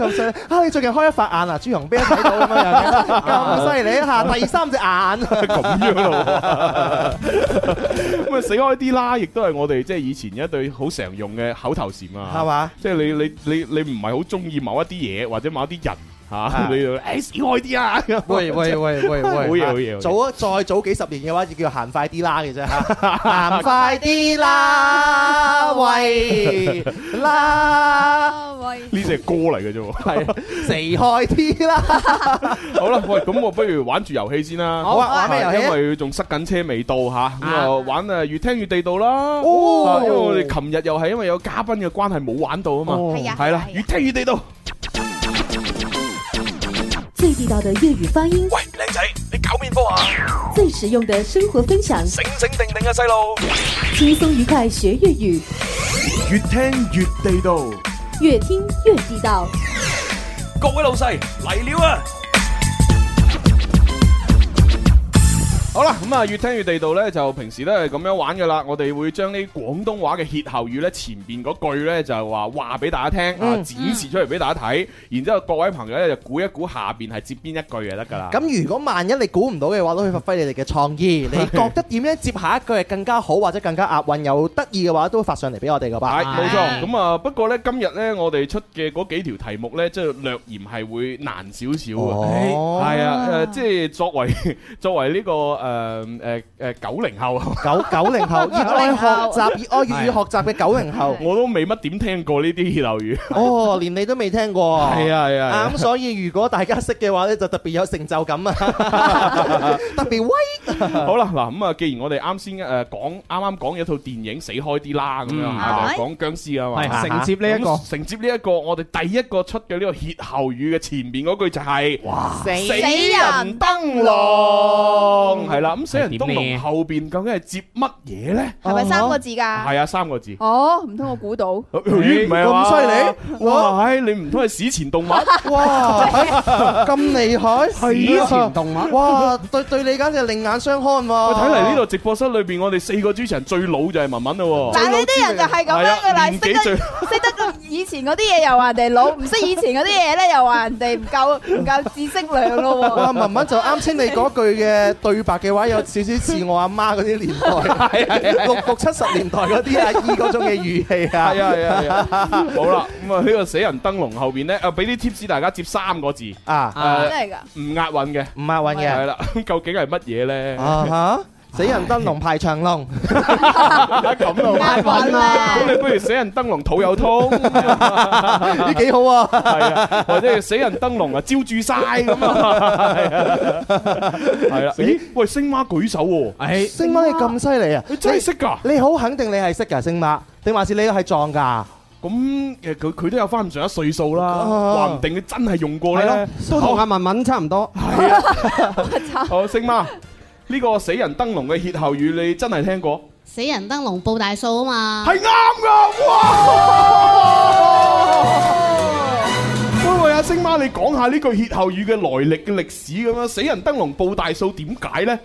咁犀利啊！你最近開一發眼啊，朱紅俾一睇到咁樣 *laughs* 樣嘅，咁犀利一下第三隻眼。
咁樣
*laughs*
咯 *laughs* 喎，咁啊死開啲啦，亦都係我哋即係以前一對好常用嘅口頭禪啊，
係嘛？
即係你你你你唔係好中意某一啲嘢或者某一啲人
啊
嚇，你就誒死開啲啊！
喂喂喂喂喂，啊
好嘢好嘢，
早一再早幾十年嘅話，就叫行快啲啦 *laughs* 嘅啫嚇，行快啲 *laughs* 啦，喂啦，
呢只係歌嚟嘅啫喎，係
死開啲啦。
好啦，喂，咁我不如玩住遊戲先啦。
好啊玩咩遊戲啊
因為仲塞緊車未到吓，咁啊玩啊越聽越地道啦。
哦
啊因為我哋琴日又係因為有嘉賓嘅關係冇玩到啊嘛。
哦係啊
係啦，越聽越地道。
最地道的粵語发音，
靚仔，你搞面科啊？
最实用的生活分享，
醒醒定定啊，細路！
轻松愉快学粵語，
越聽越地道。
越聽越地道。
各位老細嚟了啊！
好啦，咁啊越聽越地道呢，就平時都係咁樣玩噶啦。我哋會將呢廣東話嘅歇後語呢，前邊嗰句呢，就係話話俾大家聽
嗯
啊，展示出嚟俾大家睇，然之後各位朋友呢，就估一估下邊係接邊一句就得噶啦。
咁如果萬一你估唔到嘅話，都可以發揮你哋嘅創
*laughs*
意。你覺得點樣接下一句係更加好，或者更加押韻又得意嘅話，都發上嚟俾我哋噶吧。
係冇錯，咁啊不過呢，今日呢，我哋出嘅嗰幾條題目呢，即係略嫌係會難少少嘅，
哦
係啊，誒即係作為 *laughs* 作為呢個誒誒誒九零後，
九九
*laughs*
零後熱愛學習、熱愛粵語學習嘅九零後，
我都未乜點聽過呢啲歇後語。
哦，連你都未聽過。
係啊係啊係啊
咁所以如果大家識嘅話呢，就特別有成
*laughs*
就感啊，特別威。
好啦，嗱咁啊，既然我哋啱先誒講啱啱講有一套電影死開啲啦，咁樣
嗯
啊
係
就係講僵屍啊嘛，
係承接呢一個
咁承接呢一個，我哋第一個出嘅呢個歇後語嘅前邊嗰句就係哇
死
人燈籠係啦，咁死人燈籠後邊究竟係接乜嘢咧？
係咪三個字㗎？
係啊，三個字。
哦，唔通我估到？
咦，唔係啊
咁
犀利！哦哇，唉，你唔通係史前
*laughs*
動物？
哇，咁厲害！
史
*laughs*
前動物
哇，對對你簡直係另眼相看喎。
喂睇嚟呢度直播室裏邊，我哋四個主持人最老就係文文
*laughs*
咯喎。
嗱，呢啲人就係咁樣噶
係啊
啦，識
年
得
紀最
識得咁以前嗰啲嘢又話人哋老，唔識以前嗰啲嘢咧又話人哋唔夠唔夠知識量
*laughs* 哇！
咯喎。
文文就啱先你嗰句嘅對白嘅話，有少少似我阿媽嗰啲年代，六六七十年代嗰啲阿姨嗰種嘅語氣啊。
係啊係啊係啊， *laughs* 好啦，咁啊呢個死人燈籠後邊咧，啊俾啲 tips 大家接三個字
啊
誒
真係㗎
唔押韻嘅，
唔押韻嘅
係啦，咁究竟係乜嘢咧？
啊哈！死人燈籠
*laughs*
排長龍，
啊咁咯，
押韻啊
咁你不如死人燈籠肚有 *laughs* 通，
呢幾好啊！
係啊，或者死人燈籠啊招住晒咁
*laughs*
啊，係啊係啦，咦？喂，星媽舉手喎，
星媽你咁犀利啊！
你真係識㗎
你好肯定你係識㗎，星媽，定還是你係撞㗎？
咁誒佢佢都有翻唔上一歲數啦，話唔定佢真係用過
係咯
咧，，啊
都同阿文文差唔多。
好，星媽，呢個死人燈籠嘅歇後語你真係聽過？
死人燈籠報大數啊嘛，
係啱噶，哇！喂喂，阿星媽，你講下呢句歇後語嘅來歷嘅歷史咁樣，死人燈籠報大數點解咧？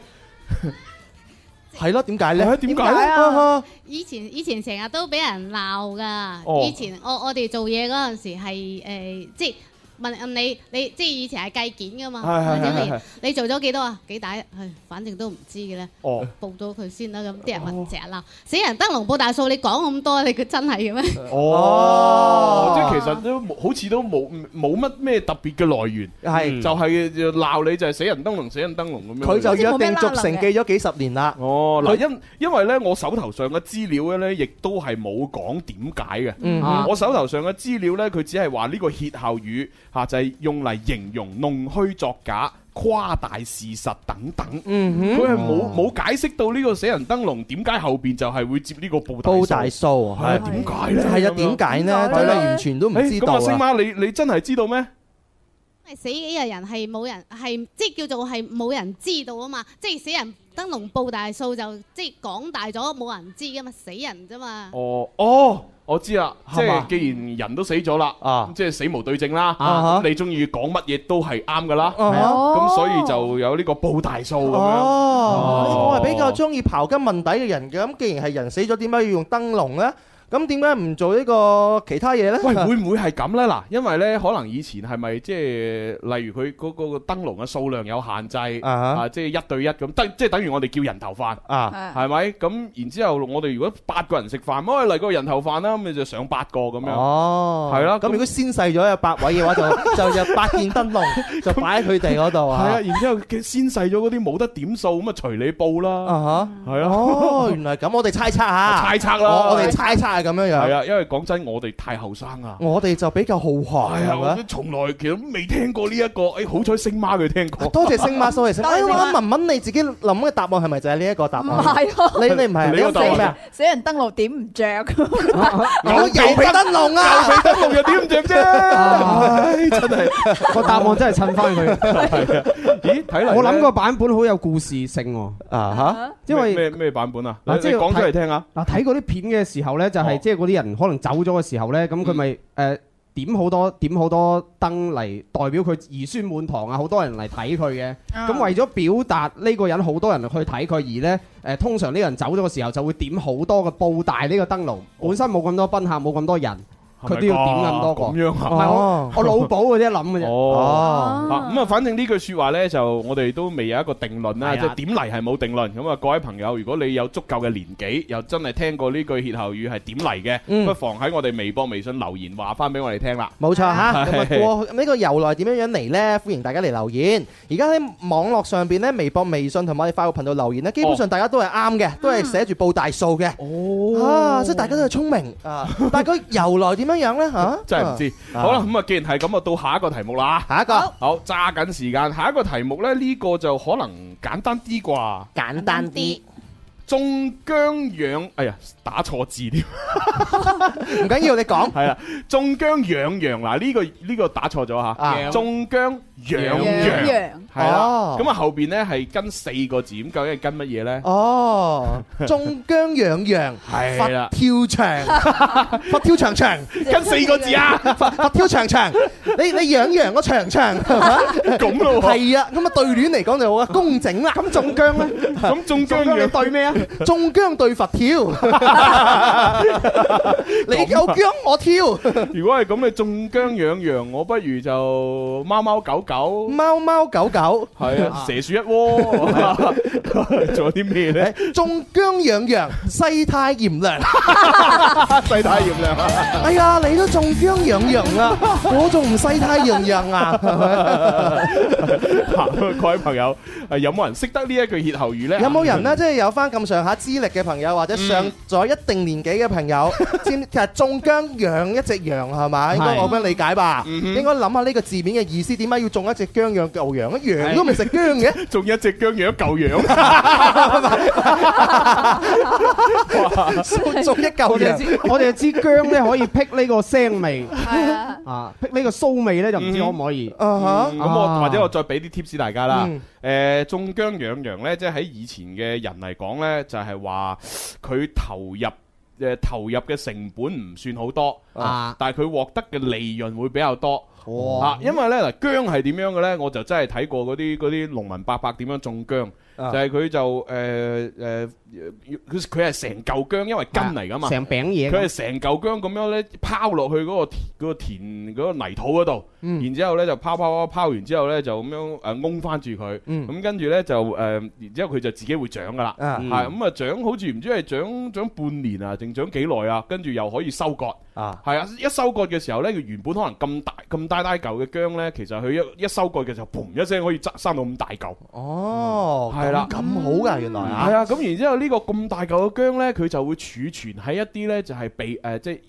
係咯，點解咧？
點解咧？
啊
以前以前成日都俾人鬧噶，
哦
以前我我哋做嘢嗰陣時係誒、即係問問你，你即係以前係計件噶嘛，或
係係
者
係係
你你做咗幾多啊？幾大？唉，反正都唔知嘅咧。
哦
報咗佢先啦，咁啲人問成日鬧，死人燈籠報大數，你講咁多，你佢真係嘅咩？
哦，即係
啊
其實都冇好似都冇冇乜咩特別嘅來源，
係
就係呃鬧你就係死人燈籠死人燈籠咁樣。
佢就約定俗成記咗幾十年啦。
哦，嗱，因因為咧，我手頭上嘅資料咧，亦都係冇講點解嘅。
嗯啊
我手頭上嘅資料咧，佢只係話呢個歇後語嚇就係用嚟形容弄虛作假。誇大事實等等，
嗯哼
*laughs* 佢係冇冇解釋到呢個死人燈籠點解後邊就係會接呢個報大
報大數啊
係啊點解咧？
係啊，點解呢？真係完全都唔知道
誒咁啊，星
啊！
媽，你你真係知道咩？
因為死嘅人係冇人係即係叫做係冇人知道啊嘛，即係死人燈籠報大數就即係講大咗冇人知噶嘛，死人啫嘛。
哦哦，我知啦，即
啊係嘛
係既然人都死咗啦，咁即係死無對證啦，
啊
咁你中意講乜嘢都係啱噶啦，
啊
咁所以
哦
就有呢個報大數咁樣。
哦，我係比較中意刨根問底嘅人嘅。咁既然係人死咗，點解要用燈籠呢？咁點解唔做呢個其他嘢呢？
喂，會唔會係咁呢？嗱，因為呢，可能以前係咪即係例如佢嗰個燈籠嘅數量有限制
啊哈
啊，即係一對一咁，等即係等於我哋叫人頭飯
啊
係咪？咁然之後，我哋如果八個人食飯，喂嚟個人頭飯啦，咁你就上八個咁樣。
哦，
係啦
咁如果先逝咗有八位嘅
*laughs*
話，就就有八件燈籠就擺喺佢哋嗰度
係啊，
啊。
然之後佢先細咗嗰啲冇得點數，咁啊隨你報啦。
啊
係啊，
哦，原來咁，我哋猜測下，
猜測啦
我我哋猜測係咁樣
係
樣。
啊，因為講真，我哋太後生啊。
我哋就比較好學，
係啊，
係
我
咪
都？從來其實都未聽過呢一個，誒好彩星媽佢聽過。
多謝星
*laughs*
馬，多謝星馬。哎，
星
我
媽
諗文文你自己諗嘅答案係咪就係呢一個答案？
唔係咯
你你唔係，
你
你
個
諗
答案
咩哦啊？
死人燈籠點唔着？啊
我油皮燈籠
油
啊！
皮燈籠又點唔着啫？真係
個答案真係襯翻佢。
咦，睇嚟
我諗個版本好有故事性喎。
啊
因為
咩咩咩版本啊？你
嗱
你講出嚟聽下。。
嗱，睇嗰啲片嘅時候咧，就
哦
係即係嗰啲人可能走咗嘅時候咧，咁
嗯
佢咪誒點好多點好多燈嚟代表佢兒孫滿堂啊，好多人嚟睇佢嘅。
啊
咁為咗表達呢個人好多人去睇佢，而咧誒通常呢個人走咗嘅時候就會點好多嘅布大呢個燈
哦
籠，本身冇咁多賓客，冇咁多人。
係咪
佢都要點咁多個，
㗎咁樣啊
唔係
哦
我我腦補嘅啫，諗嘅啫。
哦，啊咁啊，反正呢句説話呢，就我哋都未有一個定論啦，
係啊
即係點嚟係冇定論。咁啊，各位朋友，如果你有足夠嘅年紀，又真係聽過呢句歇後語係點嚟嘅，
嗯
不妨喺我哋微博、微信留言話翻俾我哋聽啦。
冇錯嚇，咁啊
係
過去呢個由來點樣樣嚟呢？歡迎大家嚟留言。而家喺網絡上邊呢，微博、微信同埋我哋快活頻道留言呢，基本上大家都係啱嘅，都係寫住報大數嘅。
嗯哦，
啊，即係大家都係聰明啊！但係佢由來點樣樣
*laughs*
呢？嚇，
真係唔知。
啊
好啦，咁啊，既然係咁啊，到下一個題目啦。
下一個
好，揸緊時間。下一個題目呢，呢個就可能簡單啲啩。
簡單啲。
中姜養，哎呀，打錯字添。 *laughs*
唔緊要，你講。
係啦，中姜養羊嗱，呢個呢個打錯咗
啊
吓。中姜養
養
羊
羊
係啦
哦。
咁啊，後邊呢係跟四個字，咁究竟係跟乜嘢呢？
哦，中姜養羊，
係啦
佛
*laughs*
跳牆，佛跳牆牆，
跟四個字啊
佛佛跳牆牆，你你養羊個牆牆，
咁咯喎
係啊，咁啊對聯嚟講就好啊，工整啦。咁中姜咧？
咁中姜
你
養
對咩啊？ *laughs* 中姜對佛跳，你夠姜我挑。
如果係咁，你中姜養羊，我不如就貓貓狗狗。
貓貓狗狗
係
嗯
啊，蛇鼠一
*laughs*
窩。仲有啲咩呢？
中姜養羊，世態炎涼。
世態炎涼啊！
哎呀，你都中姜養羊啊，我仲唔世態炎涼啊？ *laughs*
嗱， *laughs* 各位朋友，誒有冇人識得呢一句歇後語呢？
有冇人呢？即係有翻咁上下資歷嘅朋友，或者上咗一定年紀嘅朋友，知其實中姜養一隻羊係咪？應該
係
我咁樣理解吧？
嗯哼
應該諗下呢個字面嘅意思，點解要種一隻姜養牛羊？羊都未食姜嘅，
仲有一隻姜養一嚿羊。
種一嚿
我哋
羊
就。知我哋就知姜咧可以辟呢個腥
*laughs*
味，啊，辟呢個騷味咧就
嗯
唔知可唔可以。
啊
咁我或者我再俾啲 tips 大家啦
嗯。
誒，中姜養羊呢，即係喺以前嘅人嚟講呢，就係話佢投入誒投入嘅成本唔算好多，
啊
但係佢獲得嘅利潤會比較多。
哇
啊，因為呢，嗱，姜係點樣嘅呢？我就真係睇過嗰啲嗰啲農民伯伯點樣種姜。就係佢就誒誒，佢佢係成嚿姜，因為根嚟噶嘛，
啊成餅嘢咁
佢係成嚿姜咁樣咧拋落去嗰個田嗰個田嗰個泥土嗰度，
嗯
然之後咧就拋拋拋拋完之後咧就咁樣誒擁翻住佢，
嗯
咁跟住咧就誒，然之後佢就自己會長噶啦，
啊
係咁啊長好似唔知係長長半年啊，定長幾耐啊，跟住又可以收割。
啊，
係啊！一收割嘅時候咧，佢原本可能咁大咁大大嚿嘅姜咧，其實佢一一收割嘅時候，砰一聲可以生生到咁大嚿。
哦，
係啦
咁咁好㗎，原來啊，
係啊，咁然之後呢個咁大嚿嘅姜呢，佢就會儲存喺一啲呢，就係被誒即係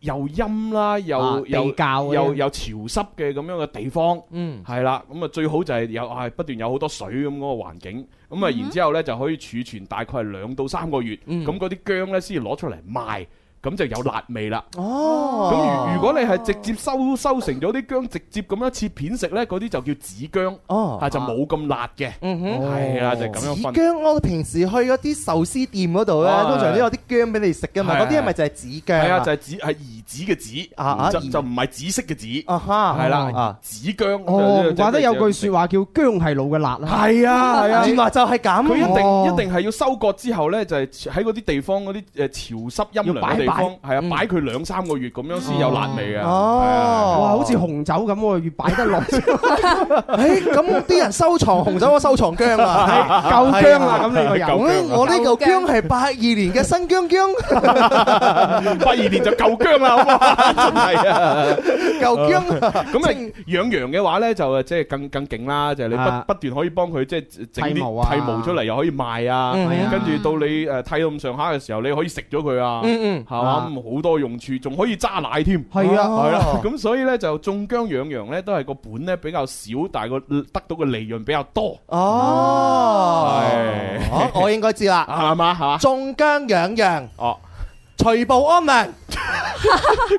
又陰啦，
啊
又
地
又
窖嗰啲
又又潮濕嘅咁樣嘅地方，
嗯
係啦，咁啊最好就係有係不斷有好多水咁嗰個環境，
嗯
咁啊然之後呢，就可以儲存大概係兩到三個月，
嗯
咁嗰啲姜呢，先攞出嚟賣，咁就有辣味啦。咁如如
哦，
果你係直接收收成咗啲姜，直接咁樣切片食呢，嗰啲就叫紫姜，
哦
係就
啊
冇咁辣嘅，
哦
係啊啦，就係咁樣
紫
分。
姜，我平時去嗰啲壽司店嗰度咧，
啊
通常都有啲姜俾你食㗎嘛，
係
嗰啲係咪就係紫姜
係啊，就係紫係兒子嘅紫，
啊啊
就
兒
就唔係紫色嘅紫，
啊哈
係啦
啊，
紫姜。
哦，唔怪得有句
説，
説話叫姜係老嘅辣
*laughs*
啦。
係啊係啊，
原來就係咁，
佢一
哦
定一定係要收割之後咧，就係喺嗰啲地方嗰啲誒潮濕陰涼嘅地
要嗯
方，係啊，擺佢兩三個月咁樣先有辣味嘅。啊
哦，
哇，
*laughs*
好似紅酒咁喎，越擺得落
誒咁啲人收藏紅酒，我收藏
*laughs*
姜啦，
係夠姜啦咁你個人
咁
啊
咧我呢嚿姜係八二年嘅新姜姜，
*laughs* 八二年就夠姜啦，好唔好？
*laughs*
真係啊！
夠姜
咁啊，養羊嘅話咧，就呃即係更更勁啦，就係你
啊
不不斷可以幫佢即係整啲
剃毛啊
剃毛出嚟，又可以賣啊
嗯係啊。
跟住到你誒剃到咁上下嘅時候，你可以食咗佢啊。
嗯嗯
係嘛，咁好多用處，仲可以揸奶添。
係啊
係啦
哦。
咁所以咧就種姜養羊咧，都係個本咧比較少，但係個得到嘅利潤比較多。
哦，
係
哦我應該知啦，
係嘛係嘛。
種姜養羊，
哦，
除暴安良，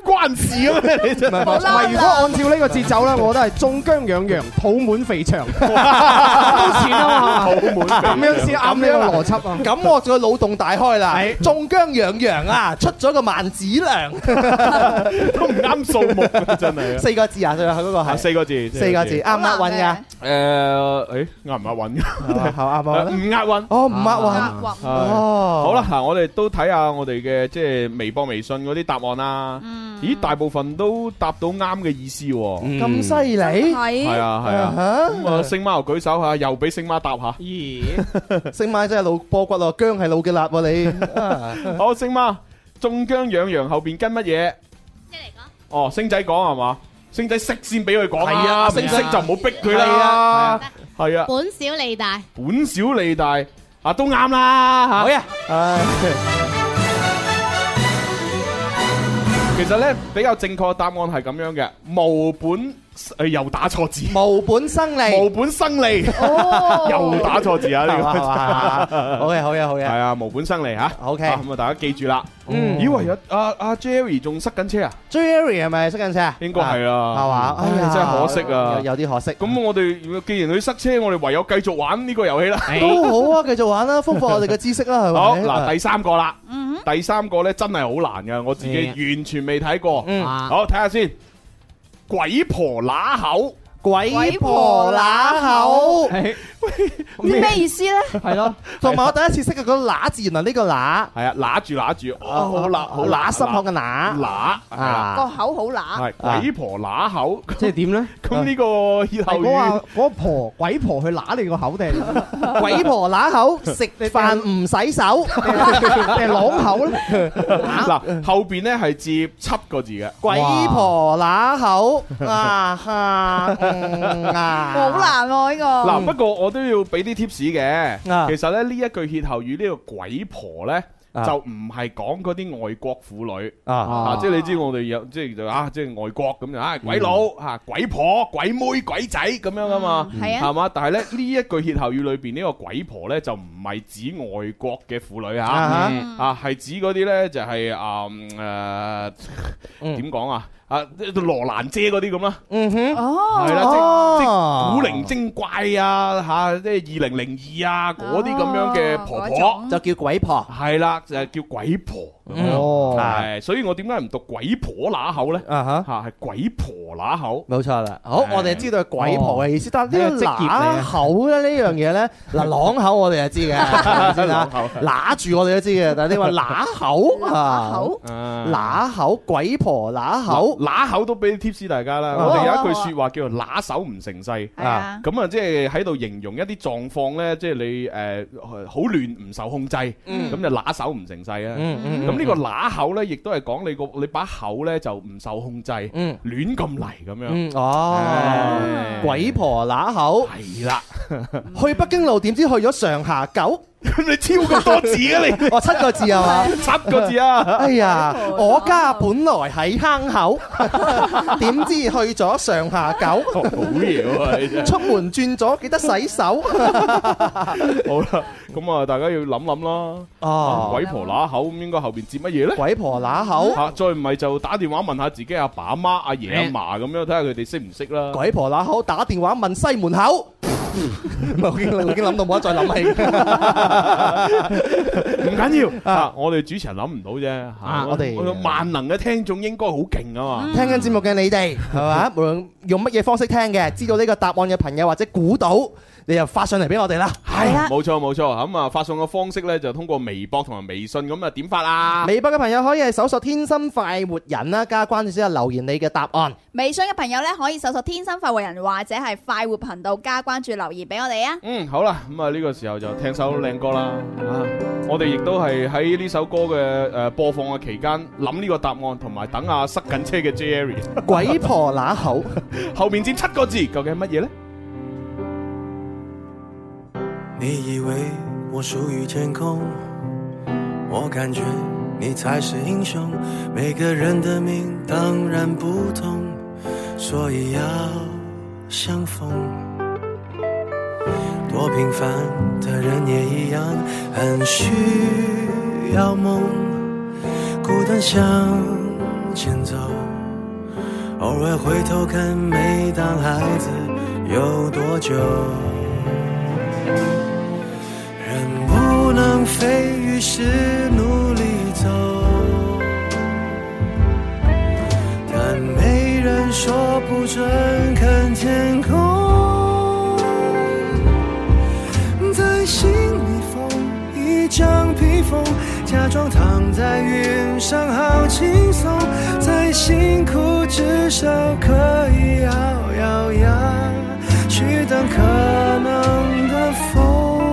關事嘅咩？你真
唔係
唔係，如果
啊
按照呢個節奏咧，我都係種姜養羊，肚滿肥腸，都錢啊嘛，
肚滿肥腸
咁樣先啱呢個邏輯啊。
咁我就腦洞大開啦
係，
種姜養羊啊，出咗個萬子
*laughs*
良
都唔啱數目，真係啊。
四個字啊，最後嗰個
啊，
係
四個字，
*laughs* 四個字，啱唔啱運
啊
㗎？
誒，誒押唔押韻？
係嘛啱唔啱
誒
運？
唔押韻。
哦，唔押運。
係
哦，
好啦，嗱，我哋都睇下我哋嘅即係微博、微信嗰啲答案啦。咦，大部分都答到啱嘅意思喎。
咁犀利，
係啊，係啊。
啊
咁啊，星媽又舉手下，又俾星媽答下。
哈星媽真係老波骨咯，姜係老嘅辣喎你。啊
*laughs* 好，星媽，種姜養羊後邊跟乜嘢？哦，星仔講係嘛？星仔識先俾佢講
係啊
啊，唔
星
識
仔
就唔好逼佢
係
啦
啊。
係啊，
本小利大，
本小利大啊，都啱啦嚇
好。呀，唉
其實咧比較正確嘅答案係咁樣嘅，無本誒又打錯字，
無本生
無
利，
本生利，
哦
又打錯字啊！呢
係嘛係
個
嘛好嘅好嘅好
係
嘅，
啊，無本生利吓。
OK
啊咁啊，大家記住啦。
嗯
以為阿阿阿 Jerry 仲塞緊車啊？
Jerry 係咪識緊車啊？
應該係啊
係嘛？哎呀，
唉真係可惜啊
有有啲可惜。
咁我哋既然佢塞車，我哋唯有繼續玩呢個遊戲啦。
都好啊，繼續玩啦，豐富我哋嘅知
*laughs*
識啦，係咪？
好嗱，第三個啦，第三個咧真係好難嘅，我自己完全未睇過。
啊
好睇下先，鬼婆乸口，
鬼婆乸口，
係
咩意思咧？
係咯，
同埋我第一次識嘅嗰個乸字，原來呢個
係
乸，
啊，乸住乸住，哦，好乸好
乸心口
乸
嘅乸
乸係啦
啊
個。口好乸，
係鬼婆乸口，
即係點咧？
*laughs* 咁呢個歇後 *laughs*
係嗰
語
個啊嗰個婆鬼婆去揦你個口定係
*laughs* 鬼婆
*laughs*
乸口，食飯唔洗手，
定係啷口咧？
嗱後邊咧係接七個字嘅，
鬼婆乸口啊哈嗯啊，
好難喎呢個。
嗱不過我都要俾啲 tips 嘅，
啊
其實咧呢一句歇後語呢個鬼婆咧。
啊
就唔係講嗰啲外國婦女
啊！嗯
啊，
啊
即係你知我哋有即係就啊，即係外國咁就啊，鬼佬啊，鬼婆、鬼妹、鬼仔咁樣啊嘛，
嗯係啊
係嘛？但係咧呢一句歇後語裏邊呢個鬼婆咧就唔係指外國嘅婦女
啊
嚇，
哈
嗯啊係指嗰啲咧就係啊誒
嗯
點講啊？啊羅蘭姐嗰啲咁啦。
嗯哼，
係啦，
哦
即即古靈精怪啊，吓，即係二零零二啊嗰啲咁樣嘅婆
哦
婆
嗰種，就叫鬼婆，
係啦，就係叫鬼婆。
哦
係，所以我點解唔讀鬼婆乸口咧？
啊
吓，係鬼婆乸口。
冇錯啦。好，我哋知道係鬼婆嘅意思，但係呢
係一
個
個職業嚟
揦
嘅
口咧呢樣嘢
*laughs*
咧，嗱啷口我哋就知嘅，係咪先
啷口
啊揦住我哋都知嘅，但係你話揦
*laughs*
口啊，揦口鬼婆揦口，
揦口都俾啲 tips 大家啦。
好啊
我哋有一句説話叫做揦手唔成勢，
係啊
咁啊，即係喺度形容一啲狀況咧，即係你誒好亂唔受控制，咁
嗯
就揦手唔成勢啊。
嗯嗯嗯
咁呢個揦口咧，亦都係講你個你把口咧就唔受控制，亂咁嚟咁
嗯
樣。
哦，鬼婆揦口
係啦，
去北京路點知去咗上下九。 *laughs* 哦
你超咁多字嘅你，
我七個字係嘛？
七個字啊
哎呀，我家本來喺坑口， *laughs* 點知去咗上下九。
*laughs*
好
嘢喎你真係
出門轉咗，記得洗手。
好啦，咁啊，大家要諗諗啦。
哦
鬼婆乸口咁應該後邊接乜嘢咧？
鬼婆乸口
吓，啊再唔係就打電話問下自己阿爸阿媽、阿爺阿嫲咁樣，睇下佢哋識唔識啦。
鬼婆乸口打電話問西門口。 *laughs* 我已經我已經諗到冇得再諗起。
唔緊要啊，我哋主持人諗唔到啫。
啊
吓，
我哋嗯
萬能嘅聽眾應該好勁啊嘛。
聽緊節目嘅你哋係嘛？無論用乜嘢方式聽嘅，知道呢個答案嘅朋友或者估到，你就發上嚟俾我哋啦。
係啦，冇錯冇錯，咁啊發送嘅方式咧就通過微博同埋微信咁啊點發啊？
微博嘅朋友可以係搜索「天生快活人」啦，加關注之後留言你嘅答案。
微信嘅朋友咧，可以搜索天生快活人或者係快活頻道加關注留言俾我哋啊！
嗯，好啦，咁啊呢個時候就聽首靚歌啦。啊，我哋亦都係喺呢首歌嘅誒呃播放嘅期間諗呢個答案，同埋等阿塞緊車嘅 Jerry。
鬼婆乸口，
後面接七個字，究竟係乜嘢呢？
你以为我属于天空，我感觉你才是英雄。每个人的命当然不同，所以要相逢。多平凡的人也一样，很需要梦，孤单向前走。偶尔回头看，每当孩子有多久？人不能飞，于是努力走。但没人说不准看天空，在心里缝一张披风，假装躺在云上好轻松，再辛苦至少可以咬咬牙去等可能的风。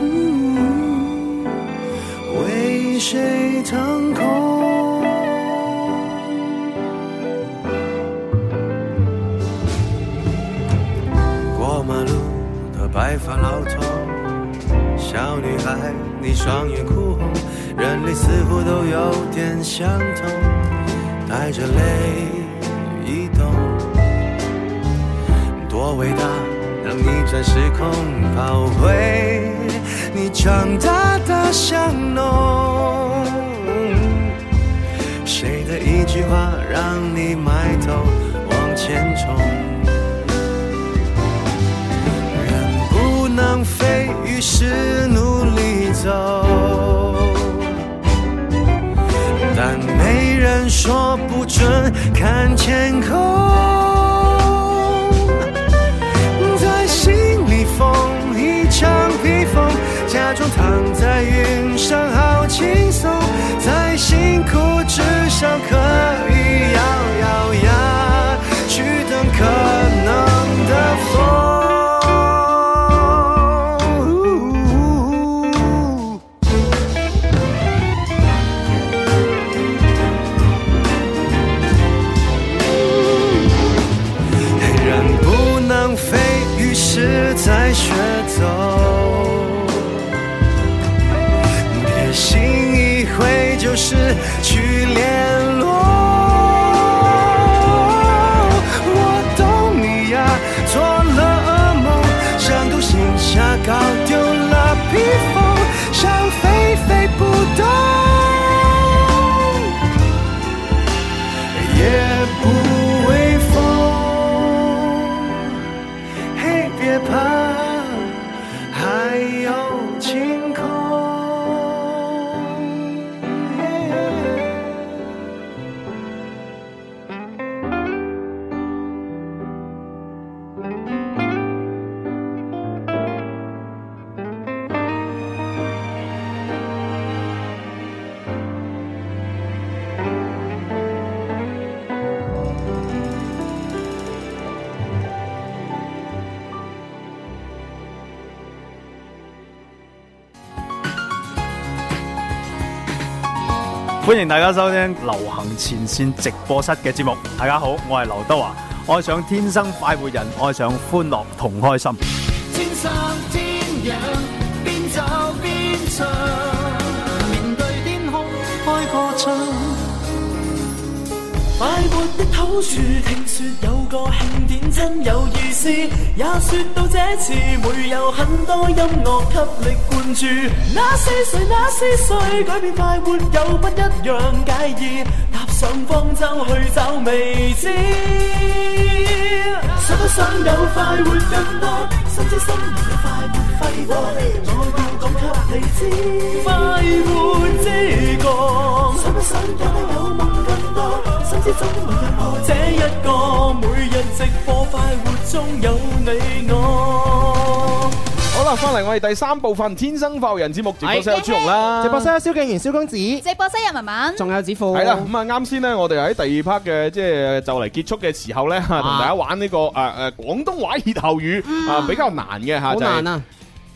嗯为谁腾空？过马路的白发老头，小女孩，你双眼哭红，人类似乎都有点相同，带着泪移动。多伟大，让你转时空跑回你长大的巷弄。谁的一句话让你埋头往前冲？不能飞，于是努力走。但没人说不准看天空，在心里缝一场披风，假装躺在云上好轻松，再辛苦至少可以咬咬牙去等可能的风。人不能飞，于是再学走。铁心一挥就是去联络。我懂你呀，做了噩梦，想独行侠搞丢了披风，
哎
哎
啊
想飞飞不动。
欢迎大家收听流行前线直播室嘅节目。大家好，我系刘德华，爱上天生快活人，爱上欢乐同开心。
天生天養，邊走邊唱，面對天空開個窗。
快活的口樹，聽說有個慶典真有意思，也說到這次會有很多音樂給力灌注。那是誰？那是誰？改變快活有不一樣解意，踏上方舟去找未知。想不想有快活更多？心知心明有快活揮霍，我要講給你知。快活之歌，想不想有得有夢更多？心知總會有我這一個，每日直播快活中有你我。
好啦，翻嚟我哋第三部分《天生發育人》節目，直播室有朱紅啦，
直播室有蕭敬元、蕭公子，
直播室有文文，
仲有子富。
系啦，咁啊啱先咧，我哋喺第二 part 嘅即係就嚟結束嘅時候咧，嚇同大家玩呢個誒誒廣東話歇後語啊，比較難嘅嚇，
好
就係
難啊！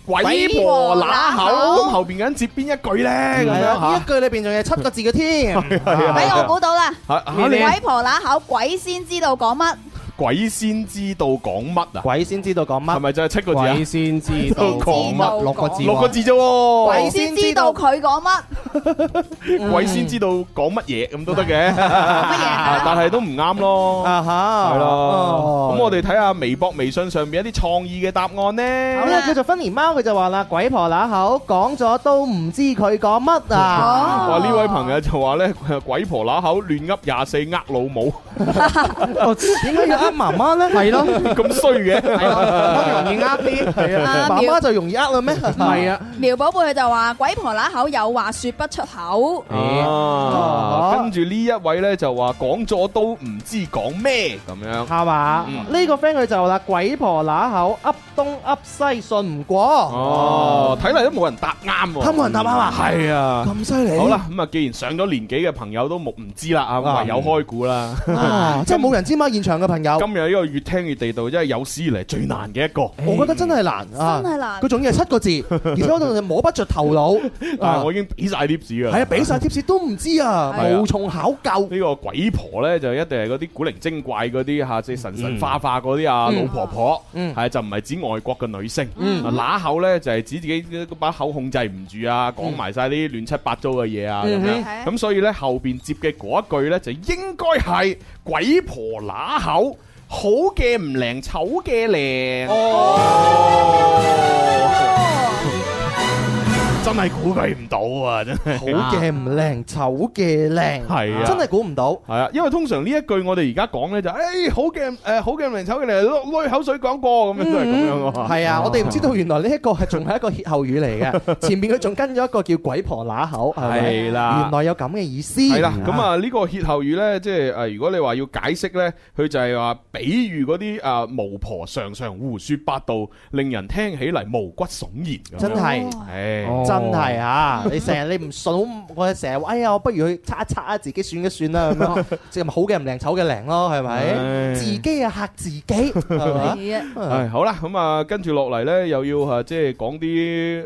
鬼婆乸口，咁後邊緊接邊一句咧？咁
係
樣
啊
嚇
呢一句裏邊仲有七個字嘅
*laughs*
添。
係啊
俾我估到啦，
嚇嚇你
鬼婆乸口，鬼先知道講乜。
鬼先知道講乜啊？
鬼先知道講乜？
係咪就係七個字啊？
鬼先知道
講乜？
六個字喎
六個字啫喎。
鬼先知道佢講乜，
鬼先知道講乜嘢咁都得嘅， *laughs* 啊但係都唔啱咯。
啊哈
係咯
哦。
咁我哋睇下微博、微信上面一啲創意嘅答案
好
呢。
啦，叫做芬尼貓，佢就話啦：鬼婆乸口講咗都唔知佢講乜啊！
哇！呢位 *laughs* 朋友就話咧，鬼婆乸口亂噏廿四呃老母，
點解要呃媽媽咧？係咯，
*laughs* 咁衰嘅。
*laughs* 容易呃啲，係啊，
啊
媽
妙
媽就容易呃啦咩？係啊，
苗寶貝就話鬼婆乸口有話說不出口。
哎哦
啊，跟住呢一位咧就話講咗都唔知講咩咁樣，
係嘛？呢個 friend 佢就話啦：鬼婆乸口噏東噏西，信唔過。
哦，睇嚟都冇人答啱喎，
睇冇人答啱啊
係啊，
咁犀利
好啦，咁啊，既然上咗年紀嘅朋友都冇唔知啦，啊，
啊
唯有開估啦。
啊！即係冇人知嘛，現場嘅朋友。
今日呢個越聽越地道，真係有史以嚟最難嘅一個。
我覺得真係難啊！
真係難
佢仲要係七個 *laughs* 字，而且我仲摸不着頭 *laughs* 腦。
但
啊
係我已經俾晒 tips 㗎。
係啊，俾晒貼士都唔知啊，
係啊
無從考究。
呢個鬼婆咧就一定係嗰啲古靈精怪嗰啲嚇，即係神神化化嗰啲啊
嗯
老婆婆，
嗯
係就唔係指外國嘅女性。
嗯
嗱口咧就係指自己嗰把口控制唔住啊，講埋晒啲亂七八糟嘅嘢啊咁
嗯
樣。
哼
咁所以咧後邊接嘅嗰一句咧就應該係鬼婆乸口，好嘅唔靈，醜嘅靈。 *laughs* 真係估計唔到啊！真係
好嘅唔靚，醜嘅靚，
係啊
真係估唔到。
系啊，因為通常呢一句我哋而家講咧就，诶好嘅，诶好嘅名丑嘅嚟，攞口水講過咁樣都係咁樣喎。
係啊，我哋唔
*laughs*
知道原來呢一個係仲係一個歇後語嚟嘅，前面佢仲跟咗一個叫鬼婆乸口，係咪
係啦
原來有咁嘅意思。
係啦，咁啊呢個歇後語咧，即係诶，如果你話要解釋咧，佢就係話比喻嗰啲诶巫婆常常胡說八道，令人聽起嚟毛骨悚然咁樣。
真係
唉，
哦真係
哦
啊！你成日你唔信，我成日話哎呀，我不如去測一測啊，自己算一算啦咁樣，
*laughs*
即係咪好嘅唔靚，醜嘅靚咯，係咪？
唉
自己啊嚇
*laughs*
自己，係嘛？
唉，好啦，咁啊，跟住落嚟咧，又要啊，即係講啲誒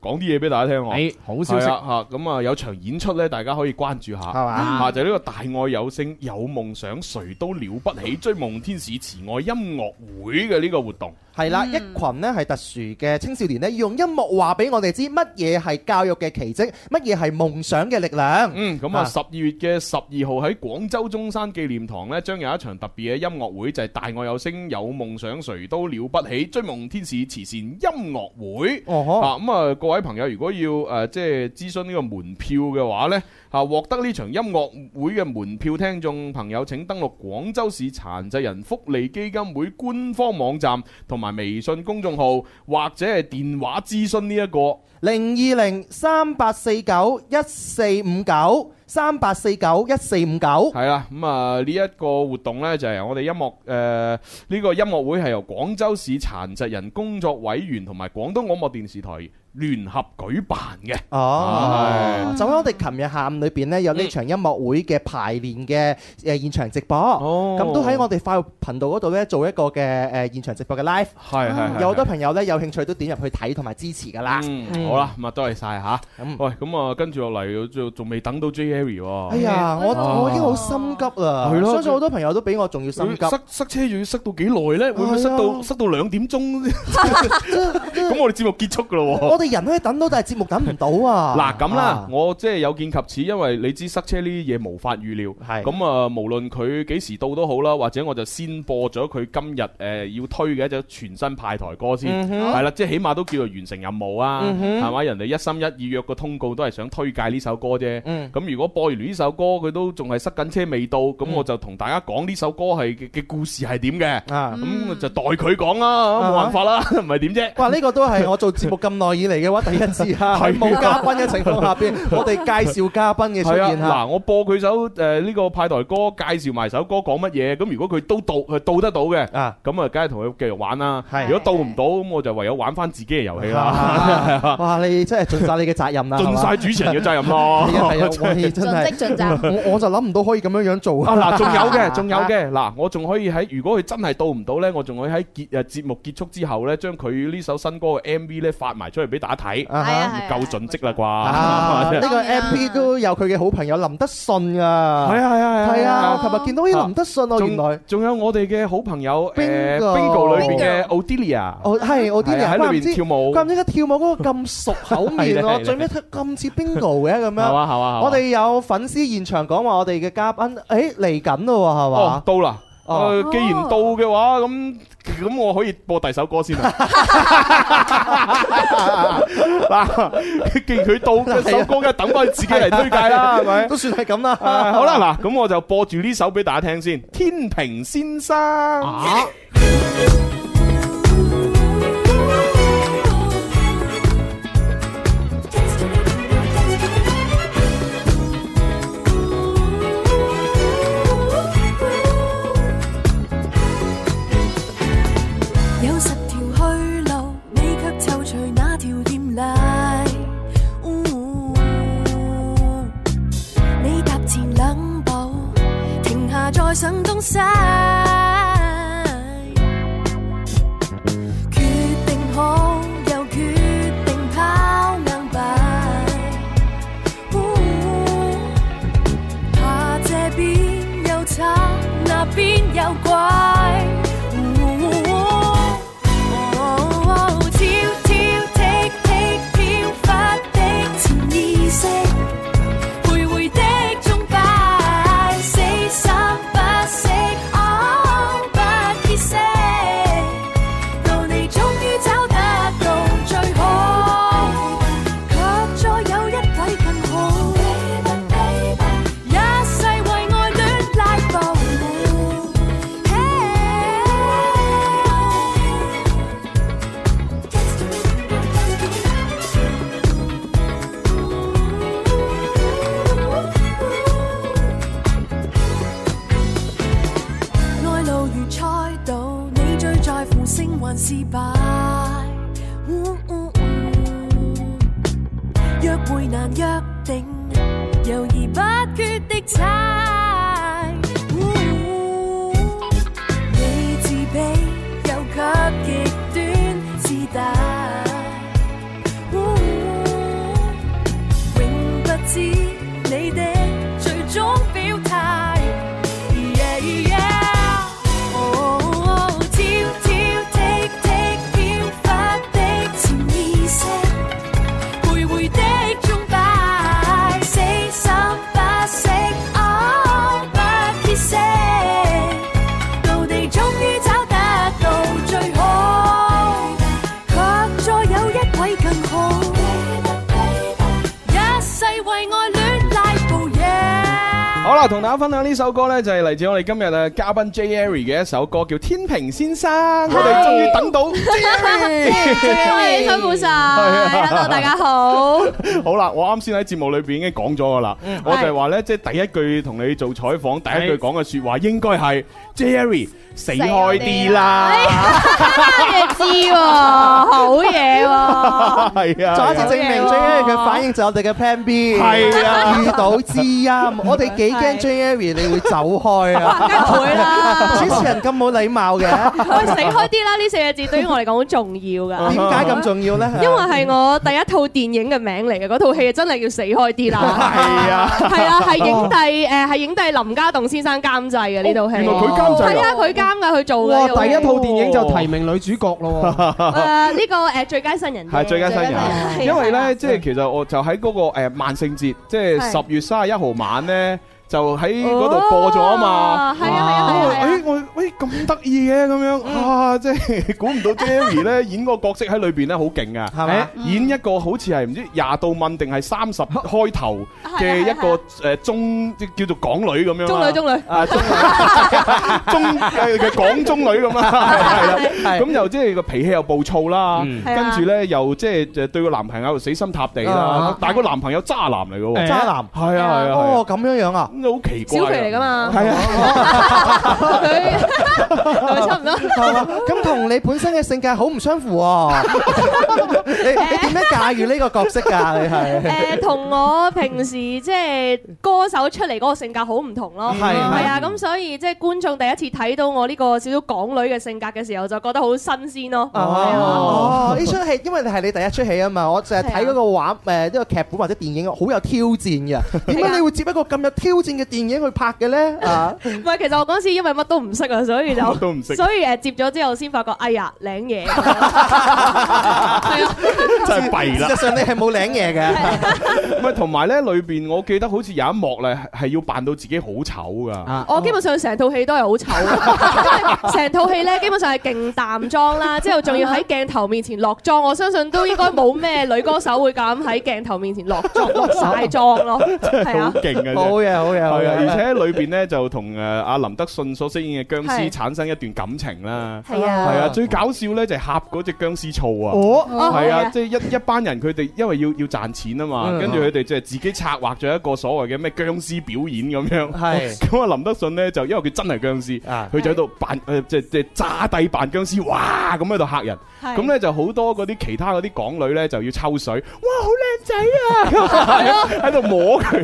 講啲嘢俾大家聽
哎
喎。
好消息
係啊嚇，咁啊有場演出咧，大家可以關注下，係
嘛
就呢個大愛有聲有夢想，誰都了不起追夢天使慈愛音樂會嘅呢個活動。
係啦，一群呢係特殊嘅青少年呢，要用音樂話俾我哋知乜嘢係教育嘅奇蹟，乜嘢係夢想嘅力量。
嗯，咁啊，十二月嘅十二號喺廣州中山紀念堂呢，將有一場特別嘅音樂會，就係、大愛有聲有夢想，誰都了不起追夢天使慈善音樂會。
哦呵
啊，咁、啊，各位朋友如果要誒、呃即係諮詢呢個門票嘅話呢，啊獲得呢場音樂會嘅門票，聽眾朋友請登錄廣州市殘疾人福利基金會官方網站同埋微信公眾號，或者係電話諮詢呢、一個。
零二零三八四九一四五九三八四九一四五九
系啦，咁啊呢一個活動呢，就係由我哋音樂呃诶呢個音樂會係由廣州市殘疾人工作委員同埋廣東廣播電視台聯合舉辦嘅。
哦，
係嗯
就喺我哋琴日下午裏邊咧，有呢場音樂會嘅排練嘅誒現場直播，
哦
哦咁都喺我哋快活頻道嗰度咧做一個嘅誒現場直播嘅 live，
係係
有好多朋友咧有興趣都點入去睇同埋支持㗎啦。
嗯好啦，，咁啊多謝晒吓。喂，咁啊跟住落嚟仲仲未等到 J Harry 喎。
哎呀，我
啊
我已經好心急啦，
係咯
相信好多朋友都比我仲要心急。
塞塞車仲要塞到幾耐咧？會唔會塞
係
到
啊
塞到兩點鐘？咁我哋節目結束噶咯喎。
我哋人可以等到，但係節目等唔到啊！
嗱咁啦
啊，，
我即係有見及此，因為你知塞車呢啲嘢無法預料，咁啊，無論佢幾時到都好啦，或者我就先播咗佢今日誒要推嘅一隻全新派台歌先，
嗯哼
係啦，即係起碼都叫做完成任務啊，
嗯哼
係咪？人哋一心一意約個通告都係想推介呢首歌啫，
嗯
咁如果播完呢首歌佢都仲係塞緊車未到，咁我就同大家講呢首歌係嘅嘅故事係點嘅，
啊
咁就代佢講啦，冇辦法啦， *laughs* 唔係點啫？
哇！呢個都係我做節目咁耐以嚟嘅話，第一次
*laughs* 係
啊，
啊
喺冇嘉賓嘅情況
*laughs*
下邊，我哋介紹嘉賓嘅出
係啊，
現
嗱，
嚇。
我播佢首誒呢個派台歌，介紹埋首歌講乜嘢。咁如果佢都到，佢到得到嘅，咁啊，梗係同佢繼續玩啦。如果到唔到，咁我就唯有玩翻自己嘅
*laughs*
遊戲啦。
啊哇！你真係盡晒你嘅責任
*laughs*
啦，
盡晒主持人嘅責任咯
*laughs* 係啊
*laughs*
係啊，我哋真係
盡職
*laughs*
盡責
我我就諗唔到可以咁樣樣
*laughs*
做
啊嗱，仲有
*laughs*
嘅，仲有嘅，嗱，我仲可以喺如果佢真係到唔到呢，我仲可以喺結誒節目結束之後呢，將佢呢首新歌嘅 MV 呢發埋出嚟俾大家
*laughs*
睇，夠盡職啦
啊！
啩？
呢個 M P 都有佢嘅好朋友林德信啊，
係啊係啊
係啊！琴日見到咦
啊
林德信哦，
仲
原來
仲有我哋嘅好朋友誒
Bingo
Bingo 裏邊嘅 Odilia，
哦係我啲
係啊
人
喺裏邊跳舞
怪唔知佢跳舞嗰個咁熟口面
*laughs* 係啦係啊
咯，
啦
最尾睇咁似 bingo 嘅咁
係
樣。
嘛係嘛係嘛
我哋有粉絲現場講話，我哋嘅嘉賓誒嚟緊咯喎，係
哦
嘛？
到啦。
哦
誒，既然到嘅話，咁咁我可以播第首歌先啊啦。嗱，既然佢到嘅首歌，梗係等翻自己嚟推介啦，係咪？
都算係咁啦。
啊好啦，嗱，咁我就播住呢首俾大家聽先，《天平先生》。
有十條去路，你卻抽取那條艷麗。呜你踏前兩步，停下再想東西，決定好又決定拋硬幣。呜怕這邊有賊，那邊有鬼。跳跳踢踢飄忽的潛意識，徘徊的鐘擺，死心不息，哦，不歇息。到你終於找得到最好，卻再有一位更好。一世為愛戀拉布。愛路如賽道，你最在乎勝還是敗？嗯嗯嗯約會難約定，猶豫不決的猜。嗯你自卑又給極端自大，嗯永不知你的最終表態。Yeah, yeah. 哦跳跳踢踢飄忽的潛意識，徘徊的鐘擺，死心不息。哦
好啦，同大家分享呢首歌呢，就係嚟自我哋今日嘅嘉賓 J Ari 嘅一首歌，叫《天平先生》。我哋終於等到 J Ari，
辛苦晒
啊
，hello 大家好。
*laughs* 好啦，我啱先喺節目裏邊已經講咗噶啦，我就係話呢，即係第一句同你做採訪，第一句講嘅説話應該係 J Ari 死開啲啦，
嘅知喎，好嘢
*laughs*
喎。
係
*laughs*
啊，
再一次證明 J Ari 嘅反應就係我哋嘅 Plan B，
係啊
遇到知音，我哋幾驚 J Ari 你會走開
*laughs*
啊！
梗會啦
主持人咁冇禮貌嘅，
喂，死開啲啦！呢四個字對於我嚟講好重要㗎。
點解咁重要咧？
因為係我第一套電影嘅名嚟嘅，嗰套戲真係叫死開啲啦。
係啊，
係啊，係影帝
à,
誒，係影帝林家棟先生監製嘅呢套戲。
原來佢監製啊
係啊，佢監㗎，佢做嘅。
哇！
呢套戲
第一套電影就提名女主角咯喎。
誒呢個誒最佳新人嘅。
係最佳新人，
係
因為咧，即係其實我就喺嗰個誒萬聖節，即係
係
十月三十一號晚咧，就喺嗰度播咗啊嘛。
哦係啊係啊係啊係啊
咁我誒我誒咁得意嘅咁樣啊，即係 *laughs* 估唔到 Jerry 咧演個角色喺裏邊咧好勁啊，係
咪
嗯
演一個好似係唔知廿到蚊定係三
哦
十開頭
啊
嘅一個誒中即叫做港女咁樣啦。
中女中女
啊
*laughs*
中女中誒嘅港中女咁
*laughs*
啦，係啦。咁又即係個脾氣又暴躁啦，
係
跟
啊
住咧又即係誒對個男朋友死心塌地啦
啊，
但係個男朋友渣男嚟嘅喎，
渣男
係啊係啊，
哦
咁樣樣啊，好奇怪啊，
小肥嚟㗎嘛。
係啊。
係
差唔多
嘛 *laughs* 咁同你本身嘅性格好唔相符喎。 *laughs* 你你點樣駕馭呢個角色㗎？你係
誒同我平時即係歌手出嚟嗰個性格好唔同咯，
係
係啊，咁所以即係觀眾第一次睇到我呢個少少港女嘅性格嘅時候，就覺得好新鮮咯。
Ờ.
Ờ. 哦，呢出戲因為係你第一出戲啊嘛，我就係睇嗰個畫誒呢個劇本或者電影好有挑戰嘅。點解你會接一個咁有挑戰嘅電影去拍嘅咧？啊！
唔係，其實我嗰陣時因為乜都唔識啊，所以
*laughs*
就
乜都唔識
所以誒接咗之後先發覺，哎
à,
呀，領嘢，
真係弊啦！
事實上你係冇領嘢
嘅，唔係同埋咧裏邊，我記得好似有一幕咧係要扮到自己好醜噶，
我基本上成套戲都係好醜 *laughs* 啊，因為成套戲咧基本上係勁淡妝啦，之後仲要喺鏡頭面前落 *laughs* 妝，我相信都應該冇咩女歌手會咁喺鏡頭面前落妝落晒妝咯，係啊
好。勁啊！
好嘢好嘢好
係
嘢
啊！而且裏邊咧就同誒呃阿林德信所飾演嘅僵屍
係
產生一段感情啦。
係啊
係啊！最搞笑咧就係呷嗰只僵屍醋啊！
哦
哦
係
係
啊！
啊
即係一一班人佢哋因為要要賺錢啊嘛，
嗯
跟住佢哋就係自己策劃咗一個所謂嘅咩僵屍表演咁樣。
係
咁啊！林德信咧就因為佢真係僵屍，佢就喺度扮誒即係即係炸帝扮僵屍，哇咁喺度嚇人。
啊
係
哦
咁咧就好多嗰啲其他嗰啲港女咧就要抽水。
哇，好靚仔
*laughs*
啊！
喺度摸佢，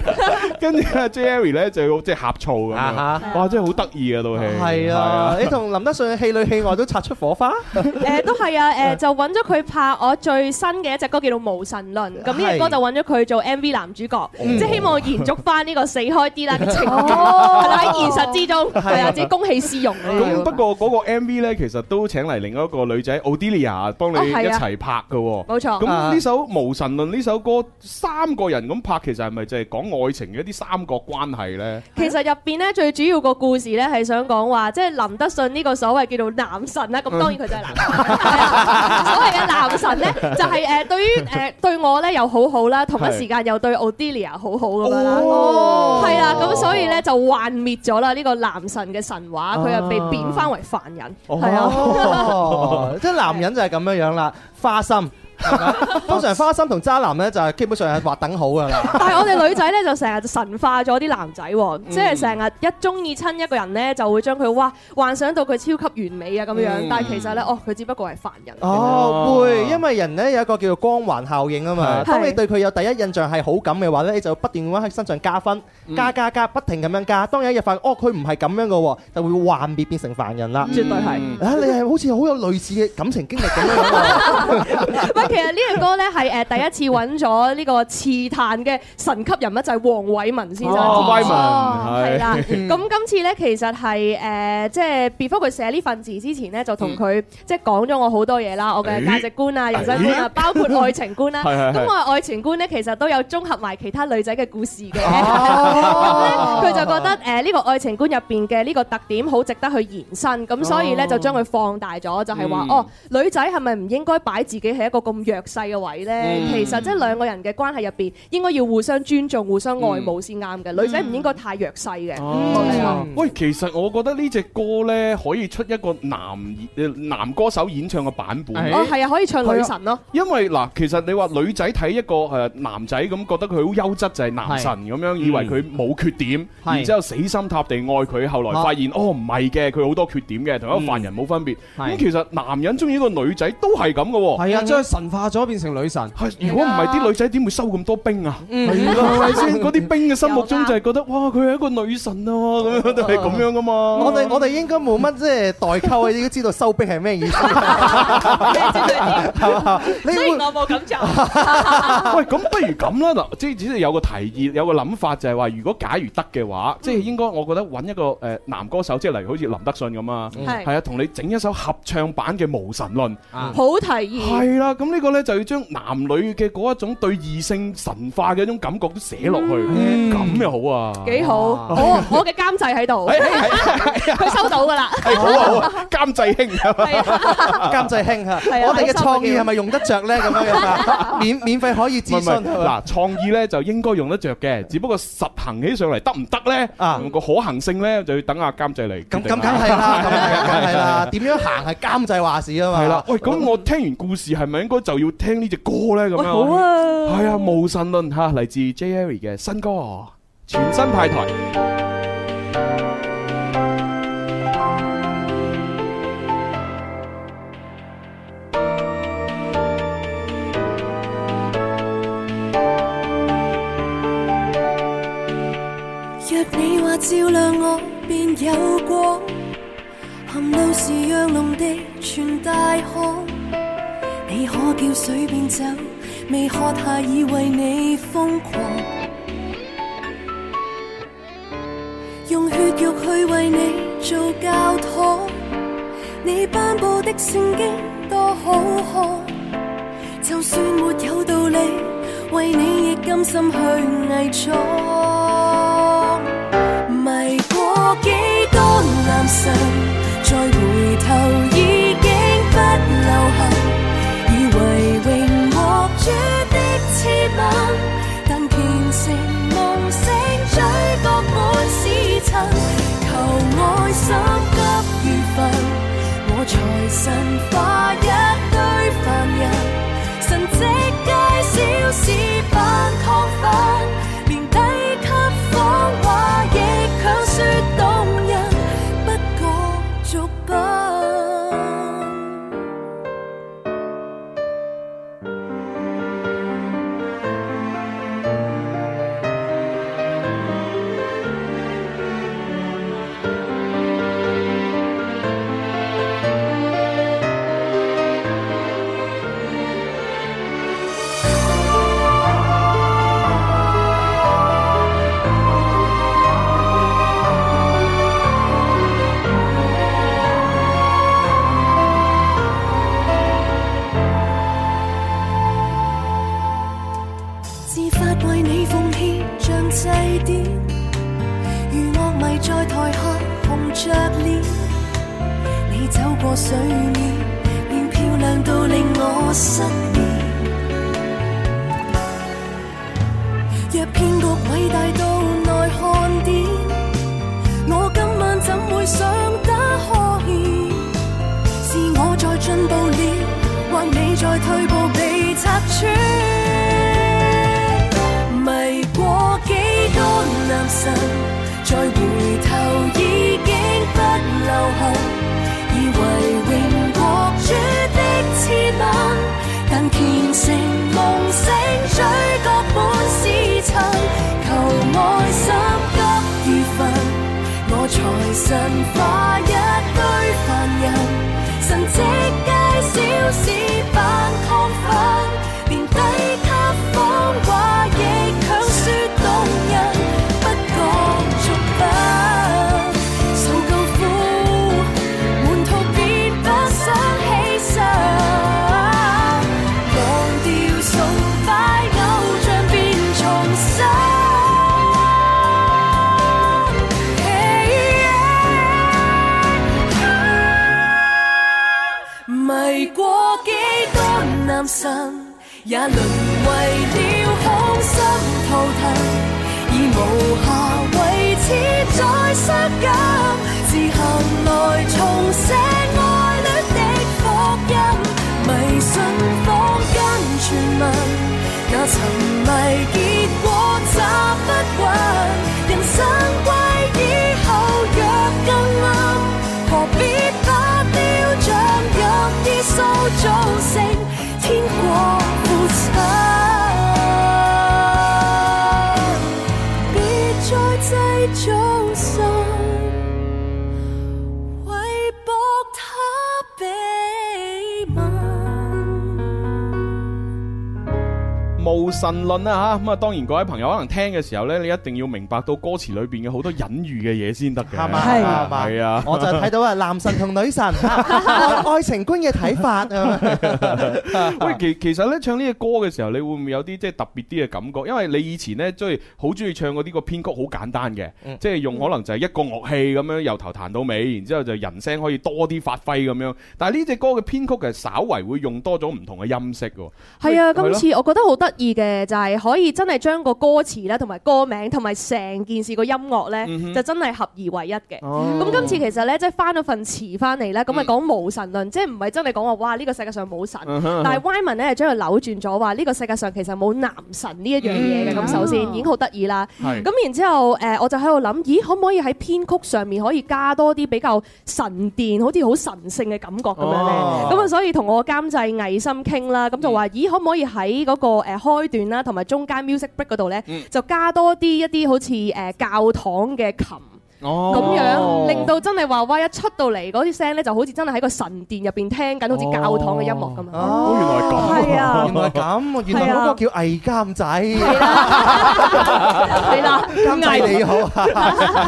跟住阿 Jerry 咧就要即係呷醋咁
啊
樣，哇！真係好得意啊套戲，
係啊，你同林德信嘅戲裏戲外都擦出火花。
誒都係啊！誒就揾咗佢拍我最新嘅一隻歌叫做《無神論》，咁呢隻歌就揾咗佢做 MV 男主角，
嗯
即係希望延續翻呢個死開啲啦嘅情感，係啦喺現實之中係啊，即係公器私用咁樣
咁不過嗰個 MV 咧，其實都請嚟另一個女仔 Odilia 幫你一
哦係啊
齊拍嘅喎，
冇錯啊
咁呢首《無神論》呢首歌，三個人咁拍，其實係咪就係講愛情嘅一啲三角關係咧？
其實入邊咧最主要個故事咧係想講話，即係林德信呢個所謂叫做男神啦，咁當然佢就係男神。所謂嘅男神咧，就係誒對於誒對我咧又好好啦，同一時間又對 Odilia 好好咁樣啦。係啦，咁所以咧就幻滅 *laughs* 咗啦呢個男神嘅神
à,
話，佢又被
Ờ.
啊
貶翻為凡人。係
*laughs*
啊。
哦，即係男人就係咁樣樣啦，花心。通常花心同渣男咧就係基本上係劃等好噶啦。
但係我哋女仔咧就成日神化咗啲男仔喎，即係成日一中意親一個人咧就會將佢哇幻想到佢超級完美啊咁樣
嗯，
但係其實咧哦佢只不過係凡人。
哦，會，因為人咧有一個叫做光環效應啊嘛。
係
當你對佢有第一印象係好感嘅話咧，你就不斷咁樣喺身上加分，加加加，不停咁樣加。當有一日發現，哦，佢唔係咁樣嘅喎，就會幻滅變成凡人啦。
絕對係
啊，你係好似好有類似嘅感情經歷咁樣啊喎。
喂，其實呢隻歌咧係誒第一次揾咗呢個刺探嘅神級人物就係黃偉文先生
哦
填詞
偉文係
係啦。
嗯
*laughs* 咁今次咧其實係誒即係 before 佢寫呢份字之前咧，就同佢即係講咗我好多嘢啦，我嘅價值觀啊、人生觀啊，包括愛情觀啦。
係係係
咁啊我嘅愛情觀咧其實都有綜合埋其他女仔嘅故事嘅。
哦
咁咧佢就覺得誒呢個愛情觀入邊嘅呢個特點好值得去延哦伸，咁所以咧就將佢放大咗，就係話
嗯
哦。女仔係咪唔應該擺自己喺一個咁弱勢嘅位
嗯
呢，其實即係兩個 *laughs* 人嘅關係入邊，應該要互相尊重、互相愛慕先啱嘅。女仔唔應該太弱勢嘅。
哦，喂，其實我覺得呢只歌咧可以出一個男呃男歌手演唱嘅版本。
哦，係啊，可以唱女神咯。
因為嗱，其實你話女仔睇一個誒男仔咁，覺得佢好優質就係男神咁樣，以為佢冇缺點，
係
然之後死心塌地愛佢，後來發現哦唔係嘅，佢好多缺點嘅，同一個凡人冇分別。咁其實男人中意一個女仔都係咁嘅喎。
係啊，將佢神化咗變成女神。
如果唔係啲女仔點會收咁多兵啊？
嗯
係咯係咪先？嗰啲兵嘅心目中就係覺得哇，佢係一個女神啊，咁樣都係咁樣噶嘛。
我哋我哋應該冇乜即係代溝啊，已經知道收兵係咩意思。係嘛你
雖
會
然我冇咁做。
*laughs* 喂，咁不如咁啦，嗱，即係只係有個提議，有個諗法就係話，如果假如得嘅話，即係應該，我覺得揾一個誒男歌手，即係例如好似林德信咁啊，
係
係啊，同你整一首合唱版嘅《無神論》，
好提議。
係啦，咁呢個呢，就要將男女嘅嗰一種對異性神化嘅一種感覺都寫落去，咁又好啊，哎
幾好，我我嘅監製喺度，佢收到噶啦。
係好啊好啊，監製兄 *laughs*
監製兄啊
係啊，
我哋嘅創意係咪用得着咧？咁樣樣啊免免費可以
唔係唔
諮詢
係
係嘛
嗱，創意咧就應該用得着嘅，只不過實行起上嚟得唔得咧？啊，個可行性咧就要等阿監製嚟。咁咁
咁梗係啦，
*laughs*
咁梗係啦，點樣行係監製話事啊嘛。
係啦，喂，咁我聽完故事係咪應該就要聽呢只歌咧？咁樣
好啊
係啊，無神論嚇，嚟自 J. Ari 嘅新歌，全新派台。
若你話照亮我，便有光。含露是讓濃的全大海，你可叫水變酒，未喝下已為你瘋狂。用血肉去為你做教堂，你頒布的聖經多好看，就算沒有道理，為你亦甘心去偽裝。迷過幾多男神，再回頭已經不流行。以為榮獲主的賜吻，但虔誠夢醒，嘴角滿是塵。求愛心急如焚，我才神化一堆凡人。神蹟街小市扮亢奮，連低級謊話亦強說動人，不過俗不。自發為你奉獻，像祭典。如樂迷在台下紅着臉，你走過水面，便漂亮到令我失眠。若騙局偉大到內看點，我今晚怎會想打呵欠？是我在進步了，或你在退步被拆穿。迷過幾多男神，再回頭已經不流行。以為榮國主的賜吻，但虔誠夢醒，嘴角滿是塵。求愛心急如焚，我才神化一堆凡人。神蹟街小市扮亢奮，連低級謊話亦強說動人，不過俗不受夠苦，門徒便不想起身，忘掉崇拜偶像便重生。Hey, yeah. 也淪為了空心圖騰，已無暇為此再塞緊，自行來重寫愛戀的福音，迷信坊間傳聞，那沉迷結果找不均，人生歸以後若更暗，何必把雕像任意塑造成天國父親？別再製造信，為博他秘密。
無神論啊吓，咁啊當然各位朋友可能聽嘅時候咧，你一定要明白到歌詞裏邊嘅好多隱喻嘅嘢先得嘅，係
嘛係嘛
係啊，
我就睇到啊，男神同
*laughs*
女神啊愛愛情觀嘅睇法啊。
喂，其其實咧唱呢只歌嘅時候，你會唔會有啲即係特別啲嘅感覺？因為你以前咧，即係好中意唱嗰啲個編曲好簡單嘅，即係用可能就係一個樂器咁樣由頭彈到尾，然之後就人聲可以多啲發揮咁樣。但係呢只歌嘅編曲其實稍為會用多咗唔同嘅音色喎。
係啊，
咯
今次我覺得好得意嘅就係可以真係將個歌詞咧，同埋歌名，同埋成件事個音樂咧，就真係合二為一嘅。
嗯哦
咁今次其實咧，即係翻咗份詞翻嚟咧，咁
嗯
咪講無神論，即係唔係真係講話哇呢個世界上冇神
嗯哼，
但係 Wyman 咧係將佢扭轉咗，話呢個世界上其實冇男神呢一樣嘢
嗯
嘅。咁首先已經好得意啦。
係
咁然之後誒，我就喺度諗，咦可唔可以喺編曲上面可以加多啲比較神殿，好似好神聖嘅感覺咁樣
哦嗯
咧？咁啊，所以同我監製魏心傾啦，咁就話：咦，可唔可以喺嗰個誒開段啦，同埋中間 music break 嗰度咧，
嗯
就加多啲一啲好似誒教堂嘅琴。
哦
咁樣 *laughs* 令到真係話哇！一出到嚟嗰啲聲咧，就好似真係喺個神殿入邊聽緊，好似教堂嘅音樂咁樣。
哦，
係啊
原來咁，原來嗰個叫危監仔。 *laughs* 係
啦
監仔你好，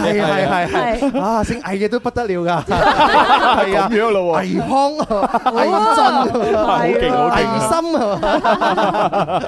係係係係，
係
啊，姓魏嘅都不得了㗎，係
咁
啊，
樣咯喎，
魏康、魏俊、
好勁好勁
魏
*laughs*
心係嘛，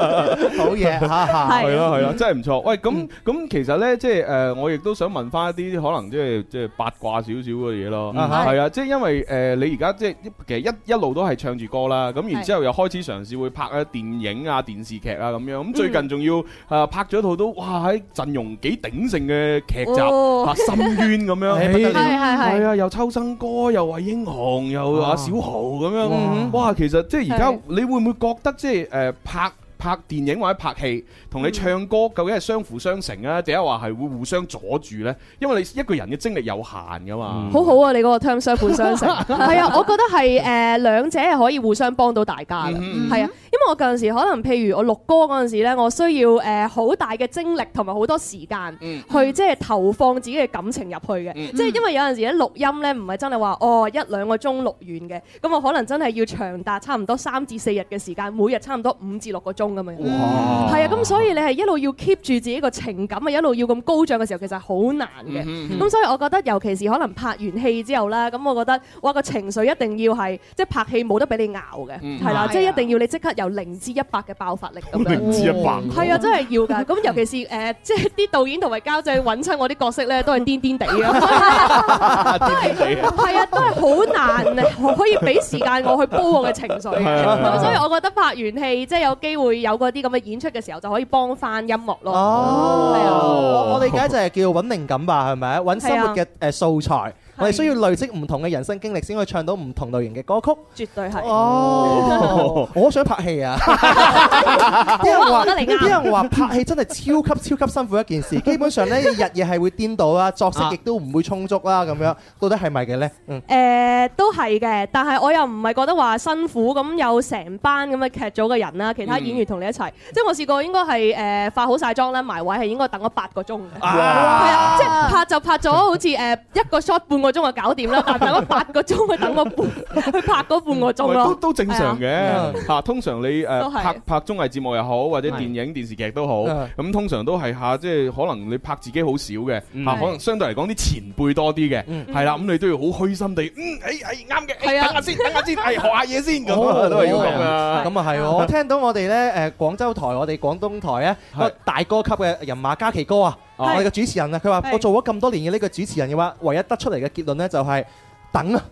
好嘢嚇嚇，
係啦係啦，
嗯
真係唔錯。喂，咁咁其實咧，即係誒，我亦都想問翻一啲可能即係即係八卦少少嘅嘢咯。
嗯係
係啊，即係因為誒，你而家即係其實一一路都係唱住歌啦，咁然之後又開始嘗試會拍一電影啊、電視劇啊咁樣。咁
嗯
最近仲要呃誒拍咗套都哇喺陣容幾鼎盛嘅劇集
哦
啊，《深淵》咁樣，
係不得了
係係係
哎係啊，又秋生哥，又話英雄，又
哇
阿小豪咁樣。
嗯
哦哇，其實即係而
係
家你會唔會覺得即係誒拍拍電影或者拍戲同你唱歌究竟係相輔相成啊，定係話係會互相阻住呢？因為你一個人嘅精力有限噶嘛。
好好啊！你嗰個 term 相輔
*laughs*
相成，係啊，我覺得係誒兩者係可以互相幫到大家嘅，
嗯 *laughs*
係啊，因為我嗰陣時可能譬如我錄歌嗰陣時咧，我需要誒好大嘅精力同埋好多時間
嗯
去即係投放自己嘅感情入去嘅，
嗯
即係因為有陣時咧錄音咧唔係真係話哦一兩個鐘錄完嘅，咁我可能真係要長達差唔多三至四日嘅時間，每日差唔多五至六個鐘咁樣，
哇
係啊，咁所以你係一路要 keep 住自己個情感啊，一路要咁高漲嘅時候，其實係好難嘅，
嗯
咁所以我覺得，尤其是可能拍完戲之後啦，咁我覺得哇個情緒一定要係即係拍戲冇得俾你熬嘅，
嗯
係啦，
係
即係一定要你即刻由零至一百嘅爆發力咁樣。
零至一百
係啊，真係要㗎。咁尤其是誒，即係啲導演同埋交際揾親我啲角色咧，都係癲癲地嘅，
都
係係啊，都係好難 *laughs* 可以俾時間我去煲我嘅情緒嘅。
係啊係啊
咁所以我覺得拍完戲，即係有機會有嗰啲咁嘅演出嘅時候，就可以幫翻音樂咯。
哦，我理解就係叫揾靈感吧，係啊咪？揾生活嘅誒素材，我哋需要累積唔同嘅人生經歷，先可以唱到唔同類型嘅歌曲。
絕對係。
哦， *laughs* 我想拍戲啊！ *laughs* 啲人
我
話
覺得你啱啊
啲人話拍戲真係超級超級辛苦一件事，基本上咧日夜係會顛倒啦，作息亦都唔會充足啦，咁樣到底係咪嘅咧？嗯，
誒、呃都係嘅，但係我又唔係覺得話辛苦，咁有成班咁嘅劇組嘅人啦，其他演員同你一齊，即係我試過應該係誒、化好晒妝啦，埋位係應該等咗八個鐘嘅，係啊，即係拍就拍咗好似誒、一個 shot 半個鐘就搞掂啦，但係等咗八個鐘去等個 *laughs* 半去拍嗰半個鐘
喂
咯，
都都正常
係啊。
嘅嚇，通常你
都
誒
係
拍拍綜藝節目又好，或者電影電視劇都好，
係
咁通常都係嚇，即係可能你拍自己好少嘅嚇，
係
可能相對嚟講啲前輩多啲嘅，係啦，咁你都要好虛心地，嗯，誒誒啱嘅，
啊
誒等下先，等下先，誒哎學下嘢先咁啊，都係要咁啊。
哦
咁啊係喎，我聽到我哋咧誒廣州台，我哋廣東台咧個大哥級嘅人馬嘉琪哥啊，
係
我哋嘅主持人啊，佢話
係
我做咗咁多年嘅呢個主持人嘅話，唯一得出嚟嘅結論咧就係等啊。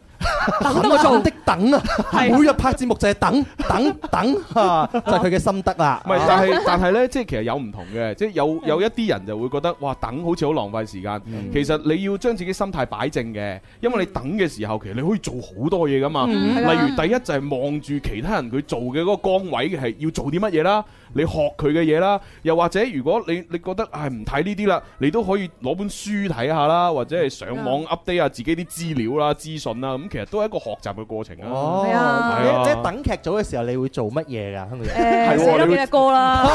等
我做
的等啊，每日拍節目就係等等等啊，就係佢嘅心得啦。哦
唔係，但係但係咧，即係其實有唔同嘅，即係有有一啲人就會覺得哇等好似好浪費時間。
嗯
其實你要將自己心態擺正嘅，因為你等嘅時候，其實你可以做好多嘢噶嘛。
嗯係
例
啊
如第一就係望住其他人佢做嘅嗰個崗位係要做啲乜嘢啦，你學佢嘅嘢啦，又或者如果你你覺得唉唔睇呢啲啦，你都可以攞本書睇下啦，或者係上
嗯
網 update 下自己啲資料啦、資訊啦，咁其實都係一個學習嘅過程啊。
哦，
係啊係啊
即係等劇組嘅時候，你會做乜嘢㗎？香港人
誒，呃寫咗幾隻歌啦，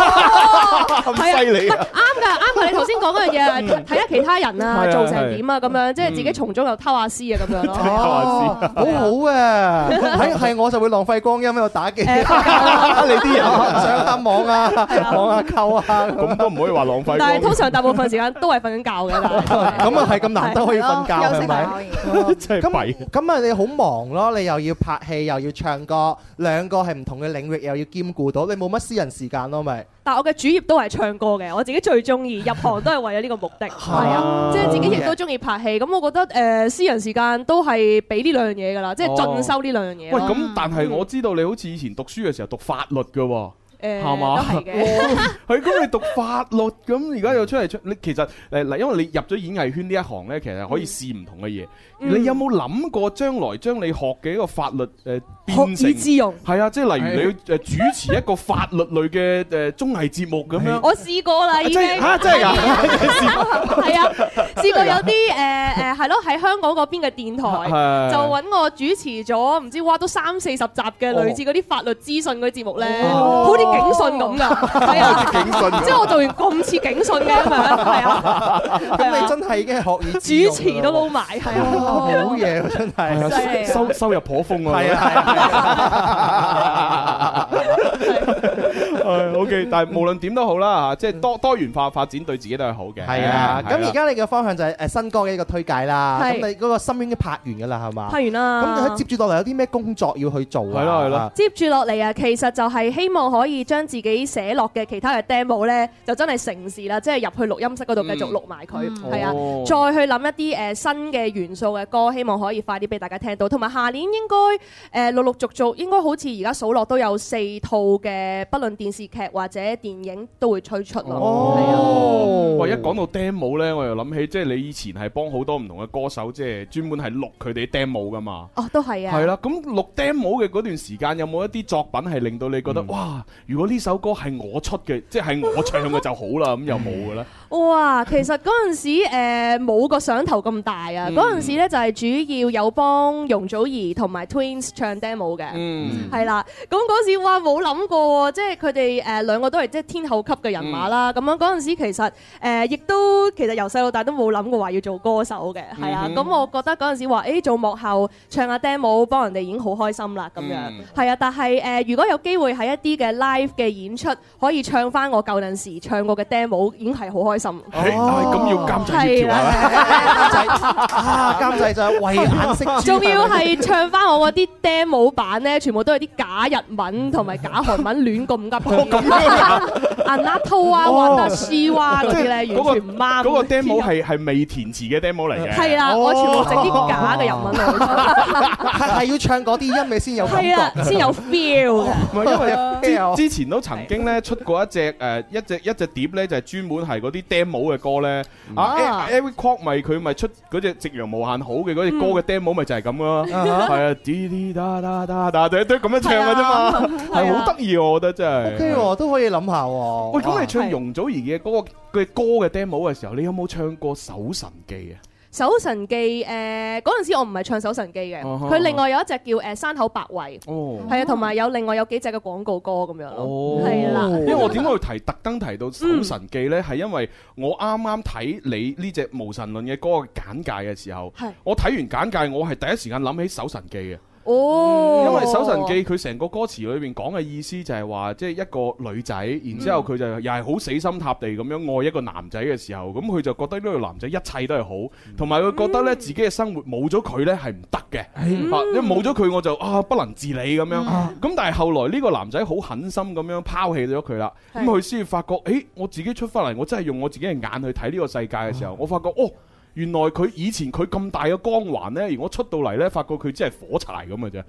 咁犀利啊！
*laughs* 啱㗎，啱㗎。你頭先講嗰樣嘢啊，睇下其他人啊，
係啊
做成點啊，咁樣，即係自己從中又偷下師啊，咁 *laughs*
*laughs*
樣咯。
哦好好
*laughs*
啊！係係我就會浪費光陰喺度打 *laughs* 機，你
誒
啲人上下網啊，網啊扣啊，
咁都唔可以話浪費
但係通常大部分時間都係瞓緊覺嘅，但係
咁啊係咁難得可以瞓覺
係咯休
係
息
咪
下可？
真係
弊。咁啊，你好忙咯，你又要拍戲，又要唱歌，兩個係唔同嘅領域，又要兼顧到，你冇乜私人時間咯，咪？
但我嘅主業都係唱歌嘅，我自己最中意，入行都係為咗呢個目的，係啊，即係自己亦都中意拍戲，咁我覺得誒私人時間都係俾呢兩樣嘢㗎啦，即係進修呢兩樣嘢
喂，
咯。
咁但係我知道你好似以前讀書嘅時候讀法律嘅喎。
誒
係嘛？
都係嘅
*laughs* 哦係咁，你讀法律咁，而家又出嚟出，
嗯
你其實誒嗱，因為你入咗演藝圈呢一行咧，其實可以試唔同嘅嘢。
嗯
你有冇諗過將來將你學嘅一個法律誒變
學以
成
致用
係啊，即係例如你要誒主持一個法律類嘅誒綜藝節目咁樣。啊
我試過啦，已經啊
真係嚇 *laughs* 真係㗎
係啊，試過有啲誒誒係咯，喺香港嗰邊嘅電台
係
就揾我主持咗唔知哇都三四十集嘅類
哦
似嗰啲法律資訊嗰啲節目咧，
哦
好似警訊咁㗎，
*laughs*
係啊，
警訊
即係我做完咁似警訊嘅咁樣，係啊，
咁你真係已經係學以致
主
用
持都撈埋，係啊。
好
*laughs*
嘢喎，真係
收收收入頗豐啊！
係啊係啊
*laughs* 係 OK，但係無論點都好啦嚇，即係多多元化發展對自己都係好嘅。
係啊，咁而
係啦
家你嘅方向就係誒新歌嘅一個推介啦。咁
係
你嗰個心願已經拍完㗎啦，係嘛？
拍完啦
咁佢接住落嚟有啲咩工作要去做啊？係咯係咯。
啊接住落嚟啊，其實就係希望可以將自己寫落嘅其他嘅 demo 咧，就真係成事啦，即係入去錄音室嗰度繼續錄埋佢，
嗯
係啊
哦，
再去諗一啲誒新嘅元素嘅歌，希望可以快啲俾大家聽到。同埋下年應該誒呃陸陸續續，應該好似而家數落都有四套嘅，不論電視劇或者電影都會推出咯。係啊
哦，喂！一講到 demo 咧，我又諗起，即係你以前係幫好多唔同嘅歌手，即係專門係錄佢哋 demo 噶嘛。
哦，都係啊。
係啦，咁錄 demo 嘅嗰段時間，有冇一啲作品係令到你
嗯
覺得哇？如果呢首歌係我出嘅，即係我唱嘅就好啦，咁又冇嘅咧？
哇！啊其實嗰陣時誒冇個想頭咁大啊，
嗯
嗰陣時咧就係主要有幫容祖兒同埋 Twins 唱 demo 嘅，
嗯
係啦。咁嗰時哇冇諗過喎，即係佢哋誒兩個都係即係天后級嘅人
嗯
馬啦。咁樣嗰陣時其實誒亦都其實由細到大都冇諗過話要做歌手嘅，係啊。
嗯
咁我覺得嗰陣時話誒做幕後唱下 demo 幫人哋已經好開心啦咁樣
嗯。
係啊，但係誒、呃如果有機會喺一啲嘅 live 嘅演出，可以唱翻我舊陣時唱過嘅 demo，已經係好開心。
誒咁要監製協調
哦係
下啦。
啊，監製就係慧眼識珠
仲要係唱翻我嗰啲 demo 版咧，全部都係啲假日文同埋假韓文亂咁噏。啊 n a t o 啊，
哦
或者 s 啊嗰啲
即
咧，
係嗰個
完全唔啱。
嗰個 demo 哦係係未填詞嘅 demo 嚟嘅。
啊係啊啦，我全部整啲假嘅日
*laughs*
文落去。
係係要唱嗰啲音你先有感
係啊，
哦
覺，
先有 feel 嘅。
唔係因為
Feel
之之前都曾經咧出過一隻誒一隻一隻碟咧，就係專門係嗰啲 demo 嘅歌咧。啊
啊
，Eric Kwok 咪佢咪出嗰隻《夕陽無限好》嘅嗰隻歌嘅 demo 咪就係咁咯。
啊哈
係啊，滴滴答答答答，就一堆咁樣唱嘅啫嘛
係啊。
係好得意喎，我覺得真係。
OK 喎，都可以諗下喎。
喂，咁
哇
你唱容祖兒嘅嗰個嘅歌嘅 demo 嘅時候，你有冇唱過《搜神記》啊？
手神記誒嗰陣時我唔係唱手神記嘅，
哦
佢另外有一隻叫誒山口百惠，
哦嗯
係啊，同埋有另外有幾隻嘅廣告歌咁樣咯，係啦，嗯
因為我點解要提特登提到《搜神記》呢？係因為我啱啱睇你呢隻無神論嘅歌嘅簡介嘅時候
係，
我睇完簡介，我係第一時間諗起《搜神記》嘅。
哦，
因為《搜神記》佢成個歌詞裏邊講嘅意思就係話，即係一個女仔，然
嗯
之後佢就又係好死心塌地咁樣愛一個男仔嘅時候，咁佢就覺得呢個男仔一切都係好，
嗯
同埋佢覺得呢自己嘅生活冇咗佢呢係唔得嘅，
嗯
啊因為冇咗佢我就啊不能自理咁樣。咁但係後來呢個男仔好狠心咁樣拋棄咗佢啦，咁
係
佢先至發覺，誒我自己出翻嚟，我真係用我自己嘅眼去睇呢個世界嘅時候，我發覺哦。原來佢以前佢咁大嘅光環呢，而我出到嚟呢，發覺佢只係火柴咁嘅啫。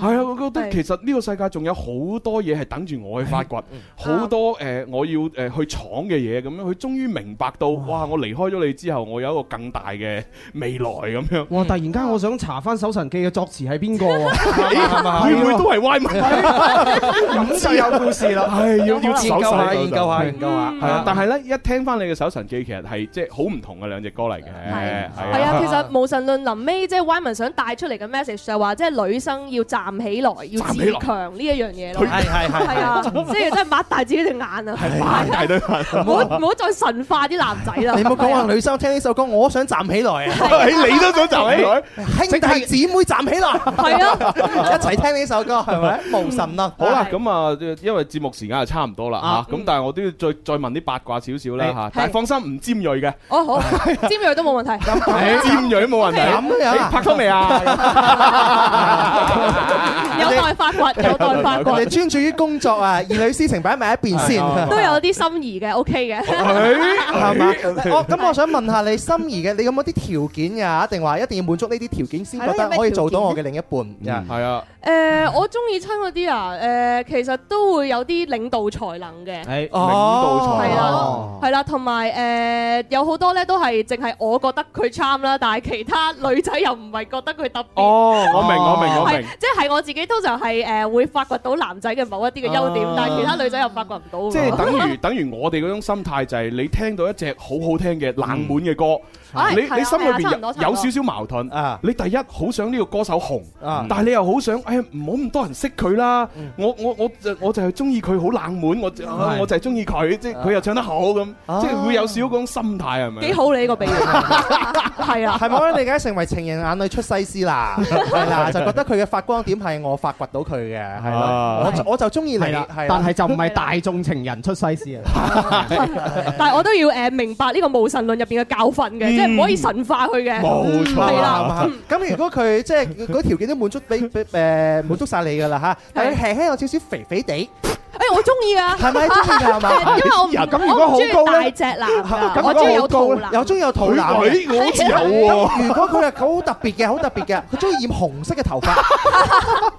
係啊，我覺得其實呢個世界仲有好多嘢係等住我去發掘，好多誒我要誒去闖嘅嘢咁樣。佢終於明白到，哇！我離開咗你之後，我有一個更大嘅未來咁樣。
哇！突然間我想查翻《搜神記》嘅作詞係邊個啊喎？
咦會唔會都係歪文？
咁就有故事啦。
係要要
研究
搜
下，
神
研究下，研究下。
係啊，但係咧一聽翻你嘅《搜神記》，其實係即係好唔同嘅兩隻歌嚟嘅，係 *laughs*
係啊，其實無神論臨尾即係 Wyman 想帶出嚟嘅 message 就係話，即係女生要站起來，要
站起
自
來
強呢一樣嘢咯。
佢係係係
係啊，即係真係擘大自己隻眼啊！
大堆人，
唔好唔好再神化啲男仔 *laughs* 啦。啊
你冇講話女生聽呢首歌，我想站起來啊！
你都想站起來，
兄弟姊妹站起來，
係啊，
一齊聽呢首歌係咪？無神論。
好啦，咁啊，因為節目時間係差唔多啦嚇，咁但係我都要再再問啲八卦少少啦嚇，但係放心唔尖鋭
*laughs*
嘅，
哦好，尖鋭都冇問題。
尖鋭都冇問題。
咁樣啊
你拍拖未啊？ *laughs*
有待發掘， *laughs* 有待發
我哋
掘，
專注於工作啊，兒女私情擺埋一邊先。
都有啲心儀嘅，OK 嘅。
係嘛？我咁我想問下你心儀嘅，你有冇啲條件㗎？一定話一定要滿足呢啲條件先覺
係咯有
得
咩
可以做到
條
我
件
嘅另一半？
係啊。
誒，我中意親嗰啲啊，誒，其實都會有啲領導才能嘅。
係
哦
係啦，係啦，同埋誒呃有好多咧都係淨係我覺得佢 charm 啦，但係其他女仔又唔係覺得佢特別。
哦，我明我明我
係
明。
即係我自己通常係誒會發掘到男仔嘅某一啲嘅優點
啊，
但係其他女仔又發掘唔到。
即係等於等於我哋嗰種心態，就係你聽到一隻好好聽嘅冷門嘅歌
嗯，
你
係
你心裏
係啊差
邊
唔多差唔
有
多
有少少矛盾。
À,
你第一好想呢個歌手紅，
啊
但係你又好想，哎呀唔好咁多人識佢啦。我我我就我就係中意佢好冷門，我就
嗯係啊
我就係中意佢，即係佢又唱得好咁，即係會有少少嗰種心態係咪？啊
幾好你
*laughs*
呢個比喻，係啊，
係咪可以理解成為情人眼裏出西施啦？係啦，就覺得佢嘅發光點係我發掘到佢嘅，係
啊
啦，我就我就中意你，
係啦，
係啦
但係就唔係大眾情人出西施啊！
但係我都要誒明白呢個無神論入邊嘅教訓嘅，即係唔可以神化佢嘅。
嗯冇
錯係啦
啦。咁如果佢即係嗰啲條件都滿足俾俾誒滿足晒你㗎啦嚇，但係輕輕有少少肥肥地，
誒，我中
*laughs*
意啊，
係咪中意㗎係
*laughs*
嘛？
因為我唔
咁如果
我唔中
好
意
高
大
咧
隻男㗎，
*laughs* 咁
我
如
中意
果
有
好
肚
高
腩
呢，。
*laughs*
有中意有肚腩嘅
咦我好似有喎
咁如果佢係好特別嘅，好特別
*laughs*
嘅，佢中意染紅色嘅頭髮，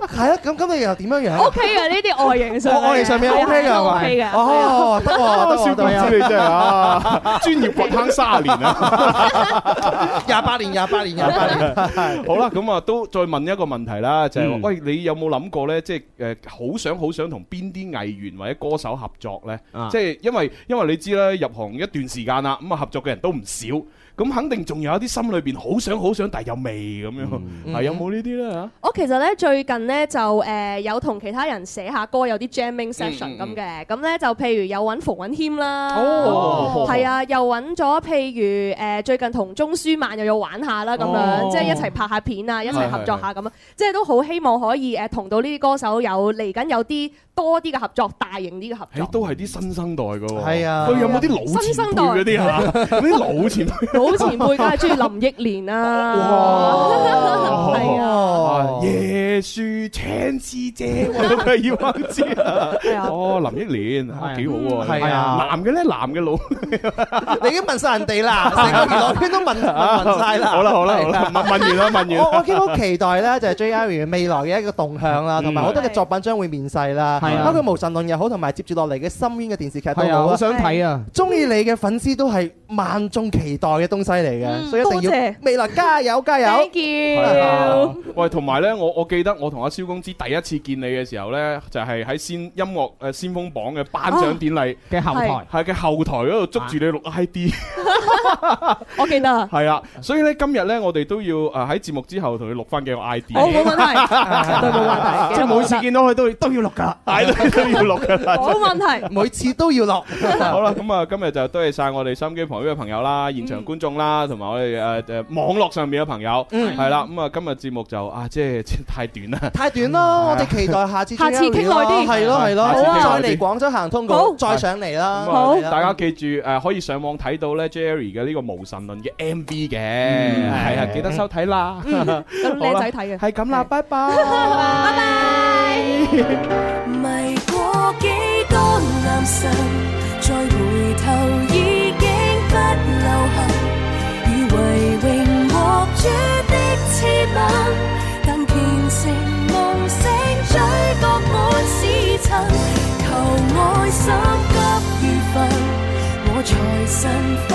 係啊，咁咁你又點樣樣
O K 嘅哎呢啲外形上
啊
我
面，
我哋哦上面 O K 㗎
係啊
係
O K
咪
嘅？，
哦，
*laughs*
得喎，得
蕭
喎，得
公
喎
子你真係啊，專業掘坑三十年啊！
廿八年，廿八年，廿八年，
好啦，咁啊都再問一個問題啦，就係話喂，你有冇諗過呢？即係誒，好想好想同邊啲藝員或者歌手合作呢？
啊
即係因為因為你知啦，入行一段時間啦，咁啊合作嘅人都唔少，咁肯定仲有一啲心裏邊好想好想，但係又未咁樣，啊係有冇呢啲呢？
我其實咧最近咧就誒、呃有同其他人寫下歌，有啲 jamming
嗯
session 咁嘅。咁咧就譬如有揾馮允謙啦，
哦
係啊，又揾咗譬如誒、呃最近同鐘舒曼又有玩下啦，咁樣、
哦
即係一齊拍下片啊，一
係
齊合作下咁樣，即係都好希望可以誒同到呢啲歌手有嚟緊有啲多啲嘅合作，大型啲嘅合
誒
作。
都係啲新生代嘅喎，
係啊
佢有冇啲老
新
前
生
輩
代
嗰啲啊？有啲老前輩。
老前輩梗係中意林憶蓮
哦
啦， *laughs* 係啊。
哦
啊夜樹請枝姐，我都係要啱知啊！哦，林憶蓮啊，幾好喎！
係啊
男嘅咧，男嘅老
你已經問晒人
*laughs*
哋啦，成個娛樂圈都問問
Ờ,
問晒啦。
好啦好啦好啦，問問完啦問完啦。
我我幾好期待咧，就係 J.R. 未來嘅一個動向啦，同埋
嗯
好多嘅作品將會面世啦，
係啊
包括無神論又好，同埋接住落嚟嘅深淵嘅電視劇都
係啊，
好
好
啊。
想睇啊！
中意你嘅粉絲都係萬眾期待嘅東西嚟嘅，所以一定
嗯多
要
謝
未來加油加油
Thank
係
you
啊。喂，同埋咧，我我記得我同阿蕭公子第一次見你嘅時候咧，就係喺先音樂誒先鋒榜嘅頒獎典禮
嘅後台
係
係嘅後台嗰度捉住你錄 ID。
我記得啊，
係啦，所以咧今日咧，我哋都要誒喺節目之後同佢錄翻幾個 ID，
我冇問題，都冇
啊
問題，
即係每次見到佢都要都要錄㗎。
係都要錄噶啦。
冇問題。
每次都要落。
好啦，咁啊，今日就多謝晒我哋心機旁邊嘅朋友啦、現場觀眾啦，同埋我哋誒誒網絡上面嘅朋友，
嗯
係啦，咁啊，今日節目就啊，即係即係太短啦，
太短
嗯
咯，我哋期待下次 J.R.
下次傾耐啲
係咯係
好啊
咯，再嚟廣州行通告
好，
再上嚟啦。
咁啊，
係啦
大家記住誒，可以上網睇到咧 Jerry 嘅呢個無神論嘅 MV 嘅，係啊，記得收睇啦， *laughs*
咁靚仔睇嘅。
嗯係咁 *laughs* 啦，拜拜。
迷過幾多男神，再回頭已經不流行，以為辛苦。